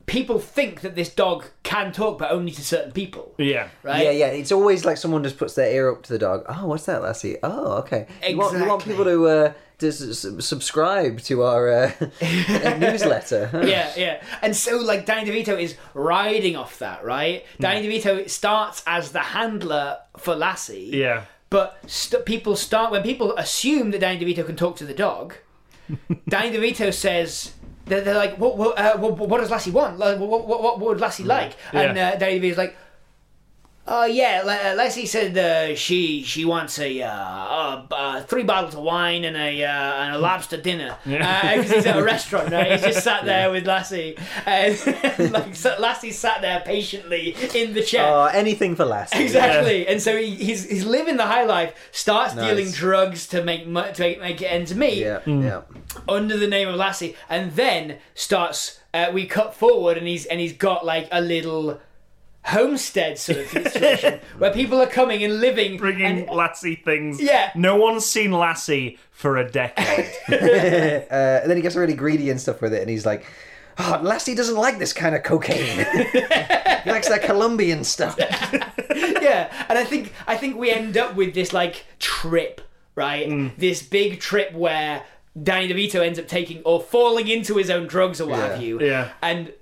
Speaker 4: people think that this dog can talk but only to certain people.
Speaker 1: Yeah.
Speaker 4: Right?
Speaker 2: Yeah, yeah. It's always like someone just puts their ear up to the dog. Oh, what's that, Lassie? Oh, okay. You, want, you want
Speaker 4: Exactly.
Speaker 2: people to uh, to s- s- subscribe to our uh, newsletter. huh?
Speaker 4: yeah, yeah. And so, like, Danny DeVito is riding off that, right?
Speaker 1: Hmm.
Speaker 4: Danny DeVito starts as the handler for Lassie.
Speaker 1: Yeah.
Speaker 4: But st- people start, when people assume that Danny DeVito can talk to the dog, Danny DeVito says, they're, they're like, what, what, uh, what, what does Lassie want? Like, what, what, what would Lassie like? And
Speaker 1: Yeah.
Speaker 4: uh, Danny is like, oh yeah, La- uh, Lassie said uh, she she wants a uh, uh, uh, three bottles of wine and a uh, and a lobster dinner because
Speaker 1: Yeah.
Speaker 4: he's at a restaurant, right? He's just sat there with Lassie, and like so Lassie sat there patiently in the chair.
Speaker 2: Oh, anything for Lassie.
Speaker 4: Exactly, and so he, he's he's living the high life. Starts
Speaker 2: Nice.
Speaker 4: dealing drugs to make mo- to make, make ends meet
Speaker 2: Yeah, yeah.
Speaker 4: under the name of Lassie, and then starts. Uh, we cut forward, and he's and he's got like a little homestead sort of situation where people are coming and living.
Speaker 1: Bringing
Speaker 4: and,
Speaker 1: Lassie things.
Speaker 4: Yeah.
Speaker 1: No one's seen Lassie for a decade.
Speaker 2: Uh, and then he gets really greedy and stuff with it, and he's like, "Oh, Lassie doesn't like this kind of cocaine. he likes that Colombian stuff."
Speaker 4: yeah, and I think I think we end up with this like trip, right?
Speaker 2: Mm.
Speaker 4: This big trip where Danny DeVito ends up taking or falling into his own drugs or what have
Speaker 2: Yeah.
Speaker 4: you.
Speaker 1: Yeah.
Speaker 4: and.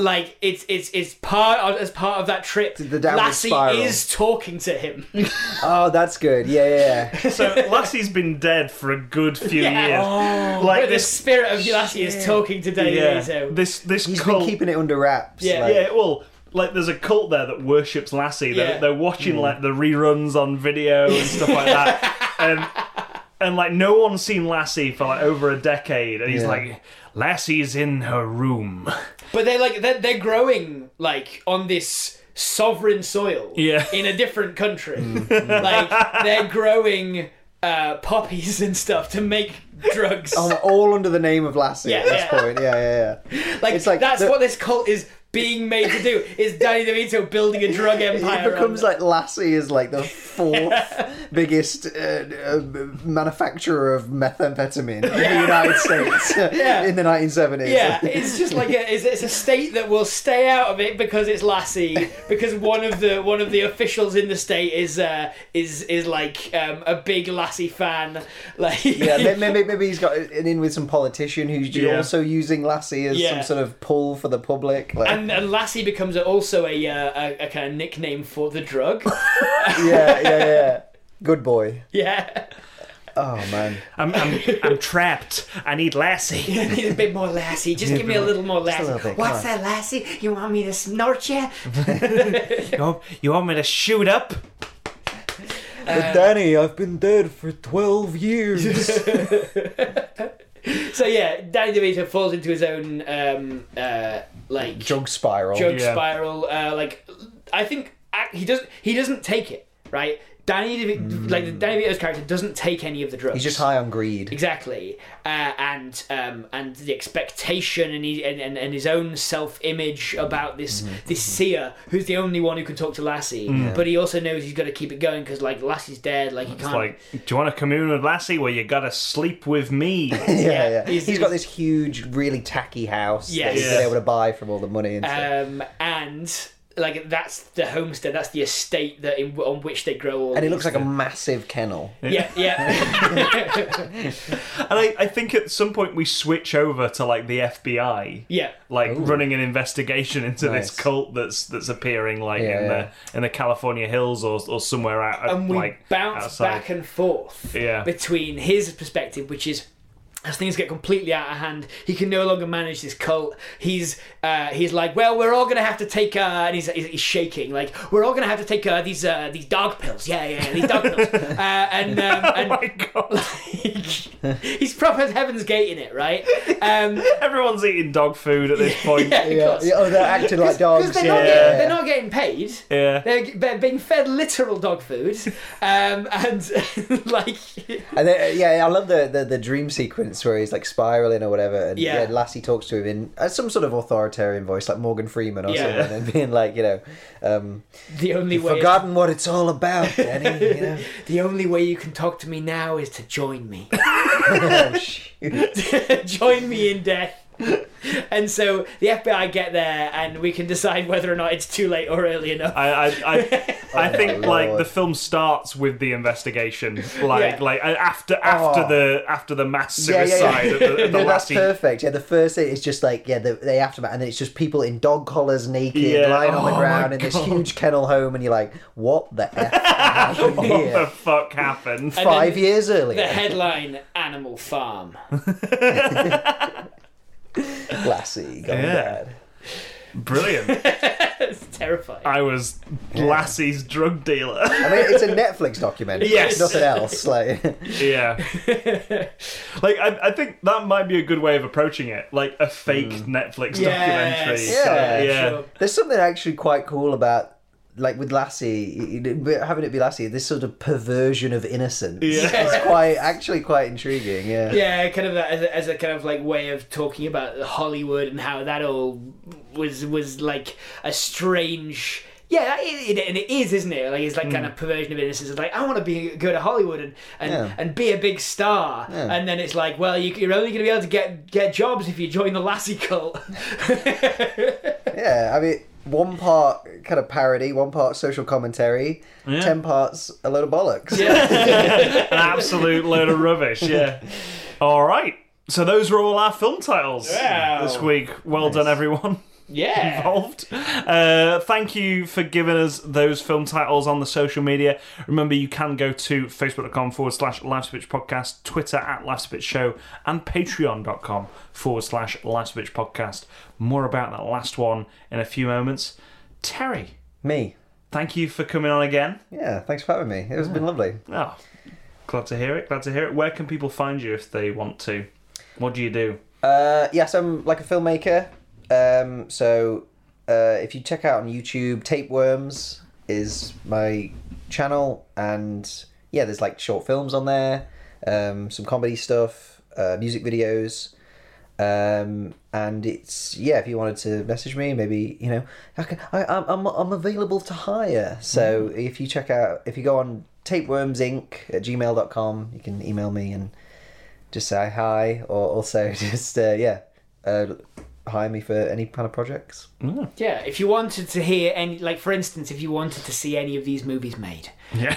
Speaker 4: Like it's it's it's part of, as part of that trip.
Speaker 2: The downward
Speaker 4: Lassie
Speaker 2: spiral.
Speaker 4: is talking to him.
Speaker 2: Oh, that's good. Yeah, yeah. yeah.
Speaker 1: so Lassie's been dead for a good few
Speaker 4: Yeah.
Speaker 1: years. like
Speaker 4: But the
Speaker 1: this.
Speaker 4: spirit of Lassie is talking to Danny
Speaker 1: Yeah.
Speaker 4: DeVito.
Speaker 1: This this
Speaker 2: He's
Speaker 1: cult.
Speaker 2: been keeping it under wraps.
Speaker 4: Yeah,
Speaker 2: like-
Speaker 1: Yeah, well, like there's a cult there that worships Lassie. They're,
Speaker 4: Yeah.
Speaker 1: they're watching like the reruns on video and stuff like that, and and like no one's seen Lassie for like over a decade, and he's
Speaker 2: Yeah.
Speaker 1: like, Lassie's in her room.
Speaker 4: But they're like they're, they're growing like on this sovereign soil.
Speaker 1: Yeah.
Speaker 4: In a different country.
Speaker 2: Mm.
Speaker 4: like they're growing uh, poppies and stuff to make drugs.
Speaker 2: Oh, all under the name of Lassie
Speaker 4: Yeah,
Speaker 2: at this
Speaker 4: yeah.
Speaker 2: point. Yeah, yeah, yeah.
Speaker 4: like,
Speaker 2: it's like
Speaker 4: that's
Speaker 2: the-
Speaker 4: what this cult is being made to do. Is Danny DeVito building a drug empire?
Speaker 2: It becomes
Speaker 4: on-
Speaker 2: like Lassie is like the fourth biggest uh, uh, manufacturer of methamphetamine in the United States
Speaker 4: Yeah.
Speaker 2: in the 1970s.
Speaker 4: yeah, it's just like a, it's, it's a state that will stay out of it because it's Lassie, because one of the one of the officials in the state is uh, is is like um, a big Lassie fan, like
Speaker 2: Yeah, may- maybe, maybe he's got an in with some politician who's
Speaker 1: Yeah.
Speaker 2: also using Lassie as
Speaker 4: Yeah.
Speaker 2: some sort of pull for the public. Like,
Speaker 4: And, and Lassie becomes a, also a, uh, a a kind of nickname for the drug.
Speaker 2: yeah, yeah, yeah. Good boy.
Speaker 4: yeah,
Speaker 2: Oh man,
Speaker 1: I'm I'm, I'm trapped. I need Lassie.
Speaker 4: I need a bit more Lassie. Just give me a little more Lassie.
Speaker 2: little bit, come
Speaker 4: What's
Speaker 2: on. Mm-hmm.
Speaker 4: that Lassie? You want me to snort you?
Speaker 1: You want, you want me to shoot up?
Speaker 4: Uh,
Speaker 2: but Danny, I've been dead for twelve years.
Speaker 4: So yeah, Danny DeVito falls into his own um uh like
Speaker 2: Drug spiral.
Speaker 4: drug
Speaker 1: Yeah.
Speaker 4: spiral. Uh, like I think ac- he doesn't he doesn't take it right. Danny DeVito, like Danny DeVito's character doesn't take any of the drugs.
Speaker 2: Mm. He's just high on greed.
Speaker 4: Exactly, uh, and um, and the expectation and, he, and, and and his own self image about this
Speaker 1: Mm-hmm.
Speaker 4: this seer who's the only one who can talk to Lassie, but he also knows he's got to keep it going because like Lassie's dead, like he
Speaker 1: Mm. It's
Speaker 4: can't.
Speaker 1: like, do you want to commune with Lassie? Well, you gotta sleep with me.
Speaker 4: Yeah,
Speaker 2: Yeah, yeah.
Speaker 4: he's-
Speaker 2: he's got this huge, really tacky house
Speaker 4: Yes.
Speaker 2: that he's
Speaker 1: Yeah.
Speaker 2: been able to buy from all the money and stuff.
Speaker 4: um, and like that's the homestead, that's the estate that in, on which they grow all.
Speaker 2: and it
Speaker 4: these-
Speaker 2: looks like a massive kennel.
Speaker 4: yeah, yeah,
Speaker 1: And I, I think at some point we switch over to like the FBI.
Speaker 4: yeah.
Speaker 1: like running an investigation into
Speaker 2: Nice.
Speaker 1: this cult that's that's appearing like
Speaker 2: Yeah,
Speaker 1: in
Speaker 2: yeah.
Speaker 1: the in the California hills or or somewhere out
Speaker 4: and we
Speaker 1: like
Speaker 4: bounce
Speaker 1: outside.
Speaker 4: back and forth
Speaker 1: Yeah.
Speaker 4: between his perspective, which is as things get completely out of hand, he can no longer manage this cult. He's uh, he's like, well, we're all gonna have to take, uh, and he's, he's he's shaking like, we're all gonna have to take uh, these uh, these dog pills. Yeah, yeah, yeah, these dog pills. Uh, and um, and
Speaker 1: Oh my god!
Speaker 4: he's proper Heaven's Gate in it, right? Um,
Speaker 1: Everyone's eating dog food at this point.
Speaker 4: yeah,
Speaker 1: Yeah,
Speaker 4: of
Speaker 2: Yeah,
Speaker 4: course.
Speaker 2: yeah, oh, they're acting like dogs.
Speaker 4: Because they're,
Speaker 2: yeah,
Speaker 4: not
Speaker 2: yeah,
Speaker 4: getting,
Speaker 2: yeah.
Speaker 4: they're not getting paid. They're, they're being fed literal dog food, um, and like,
Speaker 2: And they, yeah, I love the, the, the dream sequence where he's like spiraling or whatever, and
Speaker 4: Yeah.
Speaker 2: yeah. Lassie talks to him in uh, some sort of authoritarian voice, like Morgan Freeman or
Speaker 4: Yeah.
Speaker 2: something, and being like, you know, um,
Speaker 4: the only
Speaker 2: "You've
Speaker 4: way
Speaker 2: forgotten what it's all about, Danny. You know?
Speaker 4: the only way you can talk to me now is to join me.
Speaker 2: Oh, shoot.
Speaker 4: join me in death. And so the FBI get there, and we can decide whether or not it's too late or early enough.
Speaker 1: I, I, I, I think
Speaker 2: my
Speaker 1: like
Speaker 2: Oh, lord.
Speaker 1: the film starts with the investigation, like
Speaker 4: Yeah.
Speaker 1: like uh, after after
Speaker 2: Oh.
Speaker 1: the after the mass
Speaker 2: Yeah, yeah,
Speaker 1: suicide
Speaker 2: yeah.
Speaker 1: at the, at the
Speaker 2: no, that's
Speaker 1: Lassie.
Speaker 2: perfect. Yeah, the first thing is just like yeah, the, the aftermath, and then it's just people in dog collars, naked,
Speaker 1: Yeah.
Speaker 2: lying on
Speaker 1: Oh,
Speaker 2: the
Speaker 1: my
Speaker 2: ground in this
Speaker 1: God.
Speaker 2: huge kennel home, and you're like, what the f happened
Speaker 1: What the
Speaker 2: here?
Speaker 1: fuck happened?
Speaker 4: then
Speaker 2: Five years
Speaker 4: The
Speaker 2: earlier.
Speaker 4: headline: Animal Farm.
Speaker 2: Lassie gone
Speaker 1: Yeah.
Speaker 2: bad.
Speaker 1: Brilliant.
Speaker 4: It's terrifying.
Speaker 1: I was Lassie's drug dealer.
Speaker 2: I mean, it's a Netflix documentary.
Speaker 1: Yes.
Speaker 2: nothing else. Like,
Speaker 1: yeah. like, I, I think that might be a good way of approaching it. Like a fake Netflix documentary.
Speaker 4: Yes,
Speaker 2: Yeah.
Speaker 1: yeah.
Speaker 4: sure.
Speaker 2: there's something actually quite cool about. Like with Lassie, you know, but having it be Lassie, this sort of perversion of innocence
Speaker 1: Yeah.
Speaker 2: is quite actually quite intriguing. Yeah,
Speaker 4: Yeah, kind of that as a, as a kind of like way of talking about Hollywood and how that all was was like a strange. Yeah, it, it, and it is, isn't it? Like it's like kind of perversion of innocence. It's like I want to be go to Hollywood and and,
Speaker 2: Hmm. Yeah.
Speaker 4: and be a big star,
Speaker 2: Yeah.
Speaker 4: and then it's like, well, you, you're only going to be able to get get jobs if you join the Lassie cult.
Speaker 2: Yeah, I mean, one part kind of parody, one part social commentary, ten parts a load of bollocks.
Speaker 1: An absolute load of rubbish. Yeah. All right. So those were all our film titles
Speaker 4: Wow.
Speaker 1: this week. Well done, everyone.
Speaker 4: yeah,
Speaker 1: involved. Uh, thank you for giving us those film titles on the social media. Remember, you can go to facebook.com forward slash LifeSpitch podcast, Twitter at LifeSpitch show, and patreon.com forward slash LifeSpitch podcast. More about that last one in a few moments. Terry,
Speaker 2: Me.
Speaker 1: thank you for coming on again.
Speaker 2: Yeah, thanks for having me. It's been lovely.
Speaker 1: Oh, glad to hear it. Glad to hear it. Where can people find you if they want to? What do you do?
Speaker 2: Uh, yes, I'm like a filmmaker. Um, so uh, if you check out on YouTube, Tapeworms is my channel, and yeah, there's like short films on there, um, some comedy stuff, uh, music videos. Um, and it's yeah. If you wanted to message me, maybe you know I can, I, I'm I'm I'm available to hire. So if you check out if you go on tapewormsinc at gmail.com, you can email me and just say hi or also just uh, yeah uh, hire me for any kind of projects
Speaker 4: yeah. If you wanted to hear any, like for instance, if you wanted to see any of these movies made,
Speaker 1: Yeah.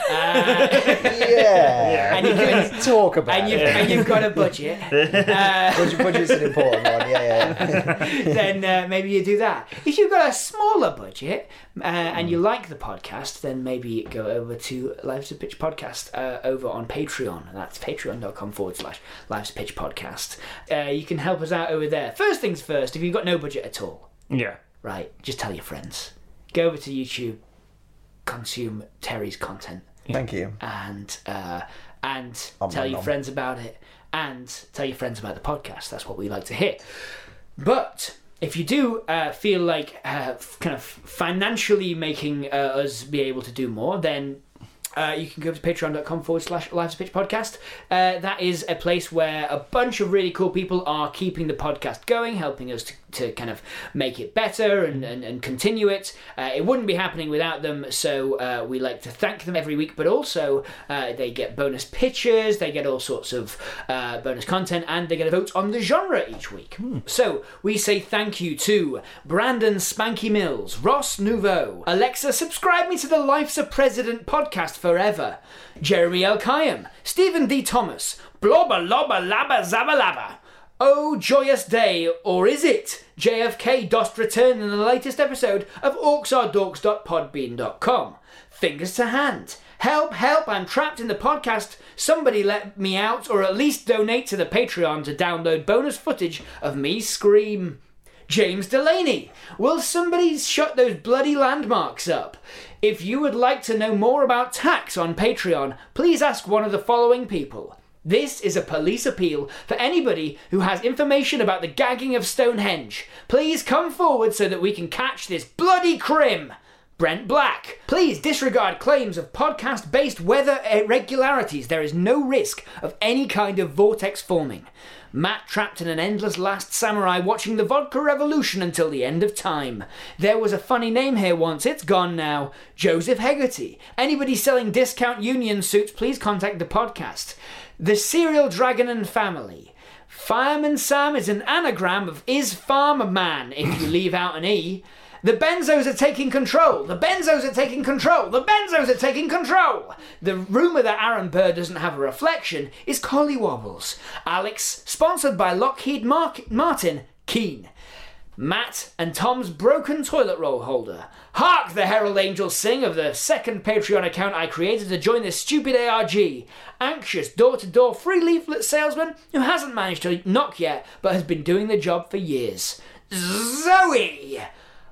Speaker 2: yeah,
Speaker 4: and you can.
Speaker 2: let's talk about
Speaker 4: And you've,
Speaker 2: it
Speaker 4: and you've got a budget. Uh,
Speaker 2: Budget- budget's an important one yeah yeah
Speaker 4: then uh, maybe you do that. If you've got a smaller budget uh, and
Speaker 2: Hmm.
Speaker 4: you like the podcast, then maybe go over to Life's a Pitch podcast uh, over on Patreon. That's patreon.com forward slash Life's a Pitch podcast. Uh, you can help us out over there. First things first, if you've got no budget at all,
Speaker 1: yeah.
Speaker 4: right, just tell your friends. Go over to YouTube, consume Terry's content,
Speaker 2: thank you
Speaker 4: and uh, and
Speaker 2: Om
Speaker 4: tell
Speaker 2: nom
Speaker 4: your
Speaker 2: nom.
Speaker 4: friends about it and tell your friends about the podcast. That's what we like to hear. But if you do uh, feel like uh, f- kind of financially making uh, us be able to do more, then uh, you can go to patreon.com forward slash lives pitch podcast. Uh, that is a place where a bunch of really cool people are keeping the podcast going, helping us to, to kind of make it better and, and, and continue it. Uh, it wouldn't be happening without them, so uh, we like to thank them every week, but also uh, they get bonus pictures, they get all sorts of uh, bonus content, and they get a vote on the genre each week. So we say thank you to Brandon Spanky Mills, Ross Nouveau, Alexa, subscribe me to the Life's a President podcast forever, Jeremy L. Kayam, Stephen D. Thomas, Blobba Lobba Labba Zabba Labba. Oh, joyous day, or is it? JFK dost return in the latest episode of orcsardorks.podbean.com. Fingers to hand. Help, help, I'm trapped in the podcast. Somebody let me out, or at least donate to the Patreon to download bonus footage of me scream. James Delaney. Will somebody shut those bloody landmarks up? If you would like to know more about tax on Patreon, please ask one of the following people. This is a police appeal for anybody who has information about the gagging of Stonehenge. Please come forward so that we can catch this bloody crim. Brent Black. Please disregard claims of podcast based weather irregularities. There is no risk of any kind of vortex forming. Matt trapped in an endless last samurai watching the vodka revolution until the end of time. There was a funny name here once, it's gone now. Joseph Hegarty. Anybody selling discount union suits, please contact the podcast. The Serial Dragon and Family. Fireman Sam is an anagram of is farmer man if you leave out an E. The Benzos are taking control. The Benzos are taking control. The Benzos are taking control. The rumor that Aaron Burr doesn't have a reflection is collywobbles. Alex, sponsored by Lockheed Mark- Martin, keen. Matt and Tom's broken toilet roll holder. Hark the herald angels sing of the second Patreon account I created to join this stupid ARG. Anxious door to door free leaflet salesman who hasn't managed to knock yet but has been doing the job for years. Zoe.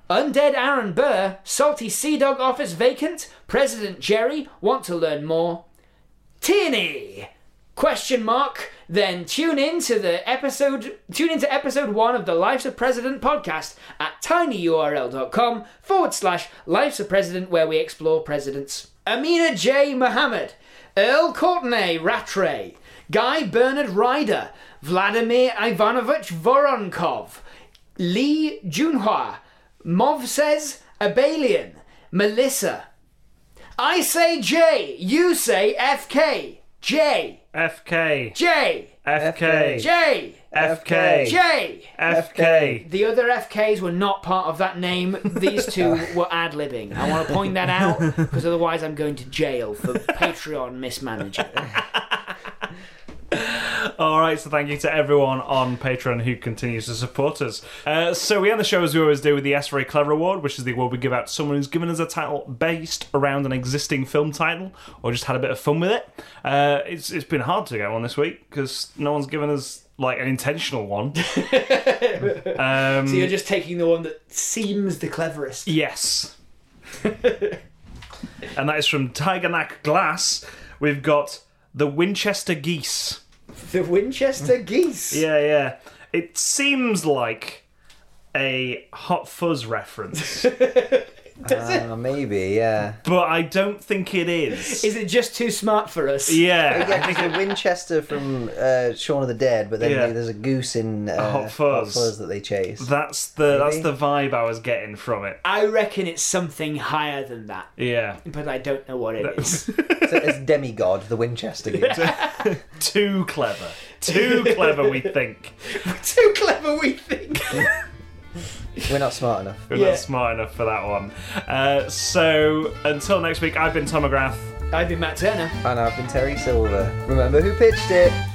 Speaker 4: Undead Aaron Burr, Salty Sea Dog office vacant, President Jerry, want to learn more. Tierney! Question mark. Then tune in to the episode tune into episode one of the Lives of President podcast at tinyurl.com forward slash Lives of President where we explore presidents. Amina J. Mohammed, Earl Courtenay Rattray, Guy Bernard Ryder, Vladimir Ivanovich Voronkov, Lee Junhua, Mov says Abelian, Melissa. I say J, you say FK. J,
Speaker 1: FK.
Speaker 4: J,
Speaker 1: FK.
Speaker 4: J,
Speaker 1: FK.
Speaker 4: J.
Speaker 1: FK.
Speaker 4: The other FKs were not part of that name. These two were ad libbing. I want to point that out because otherwise I'm going to jail for Patreon mismanagement.
Speaker 1: All right, so thank you to everyone on Patreon who continues to support us. Uh, so we end the show as we always do with the S Very Clever Award, which is the award we give out to someone who's given us a title based around an existing film title or just had a bit of fun with it. Uh, it's it's been hard to get one this week because no one's given us like an intentional one. um,
Speaker 4: So you're just taking the one that seems the cleverest.
Speaker 1: Yes. and that is from Tiger Knack Glass. We've got the Winchester Geese.
Speaker 4: The Winchester geese.
Speaker 1: Yeah, yeah. It seems like a Hot Fuzz reference,
Speaker 2: Uh, maybe, yeah.
Speaker 1: but I don't think it is.
Speaker 4: Is it just too smart for us?
Speaker 1: yeah.
Speaker 2: Yeah, 'cause the Winchester from uh, Shaun of the Dead, but then
Speaker 1: Yeah.
Speaker 2: there's a goose in uh,
Speaker 1: Hot Fuzz.
Speaker 2: that they chase.
Speaker 1: That's the that's
Speaker 2: Maybe.
Speaker 1: the vibe I was getting from it.
Speaker 4: I reckon it's something higher than that,
Speaker 1: Yeah.
Speaker 4: but I don't know what it is.
Speaker 2: It's, it's demigod, the Winchester goose.
Speaker 1: Too clever. Too clever we think.
Speaker 4: Too clever, we think.
Speaker 2: We're not smart enough.
Speaker 1: We're
Speaker 4: Yeah.
Speaker 1: not smart enough for that one. Uh, so until next week, I've been Tom McGrath.
Speaker 4: I'd be Matt Turner.
Speaker 2: And I've been Terry Silver. Remember who pitched it?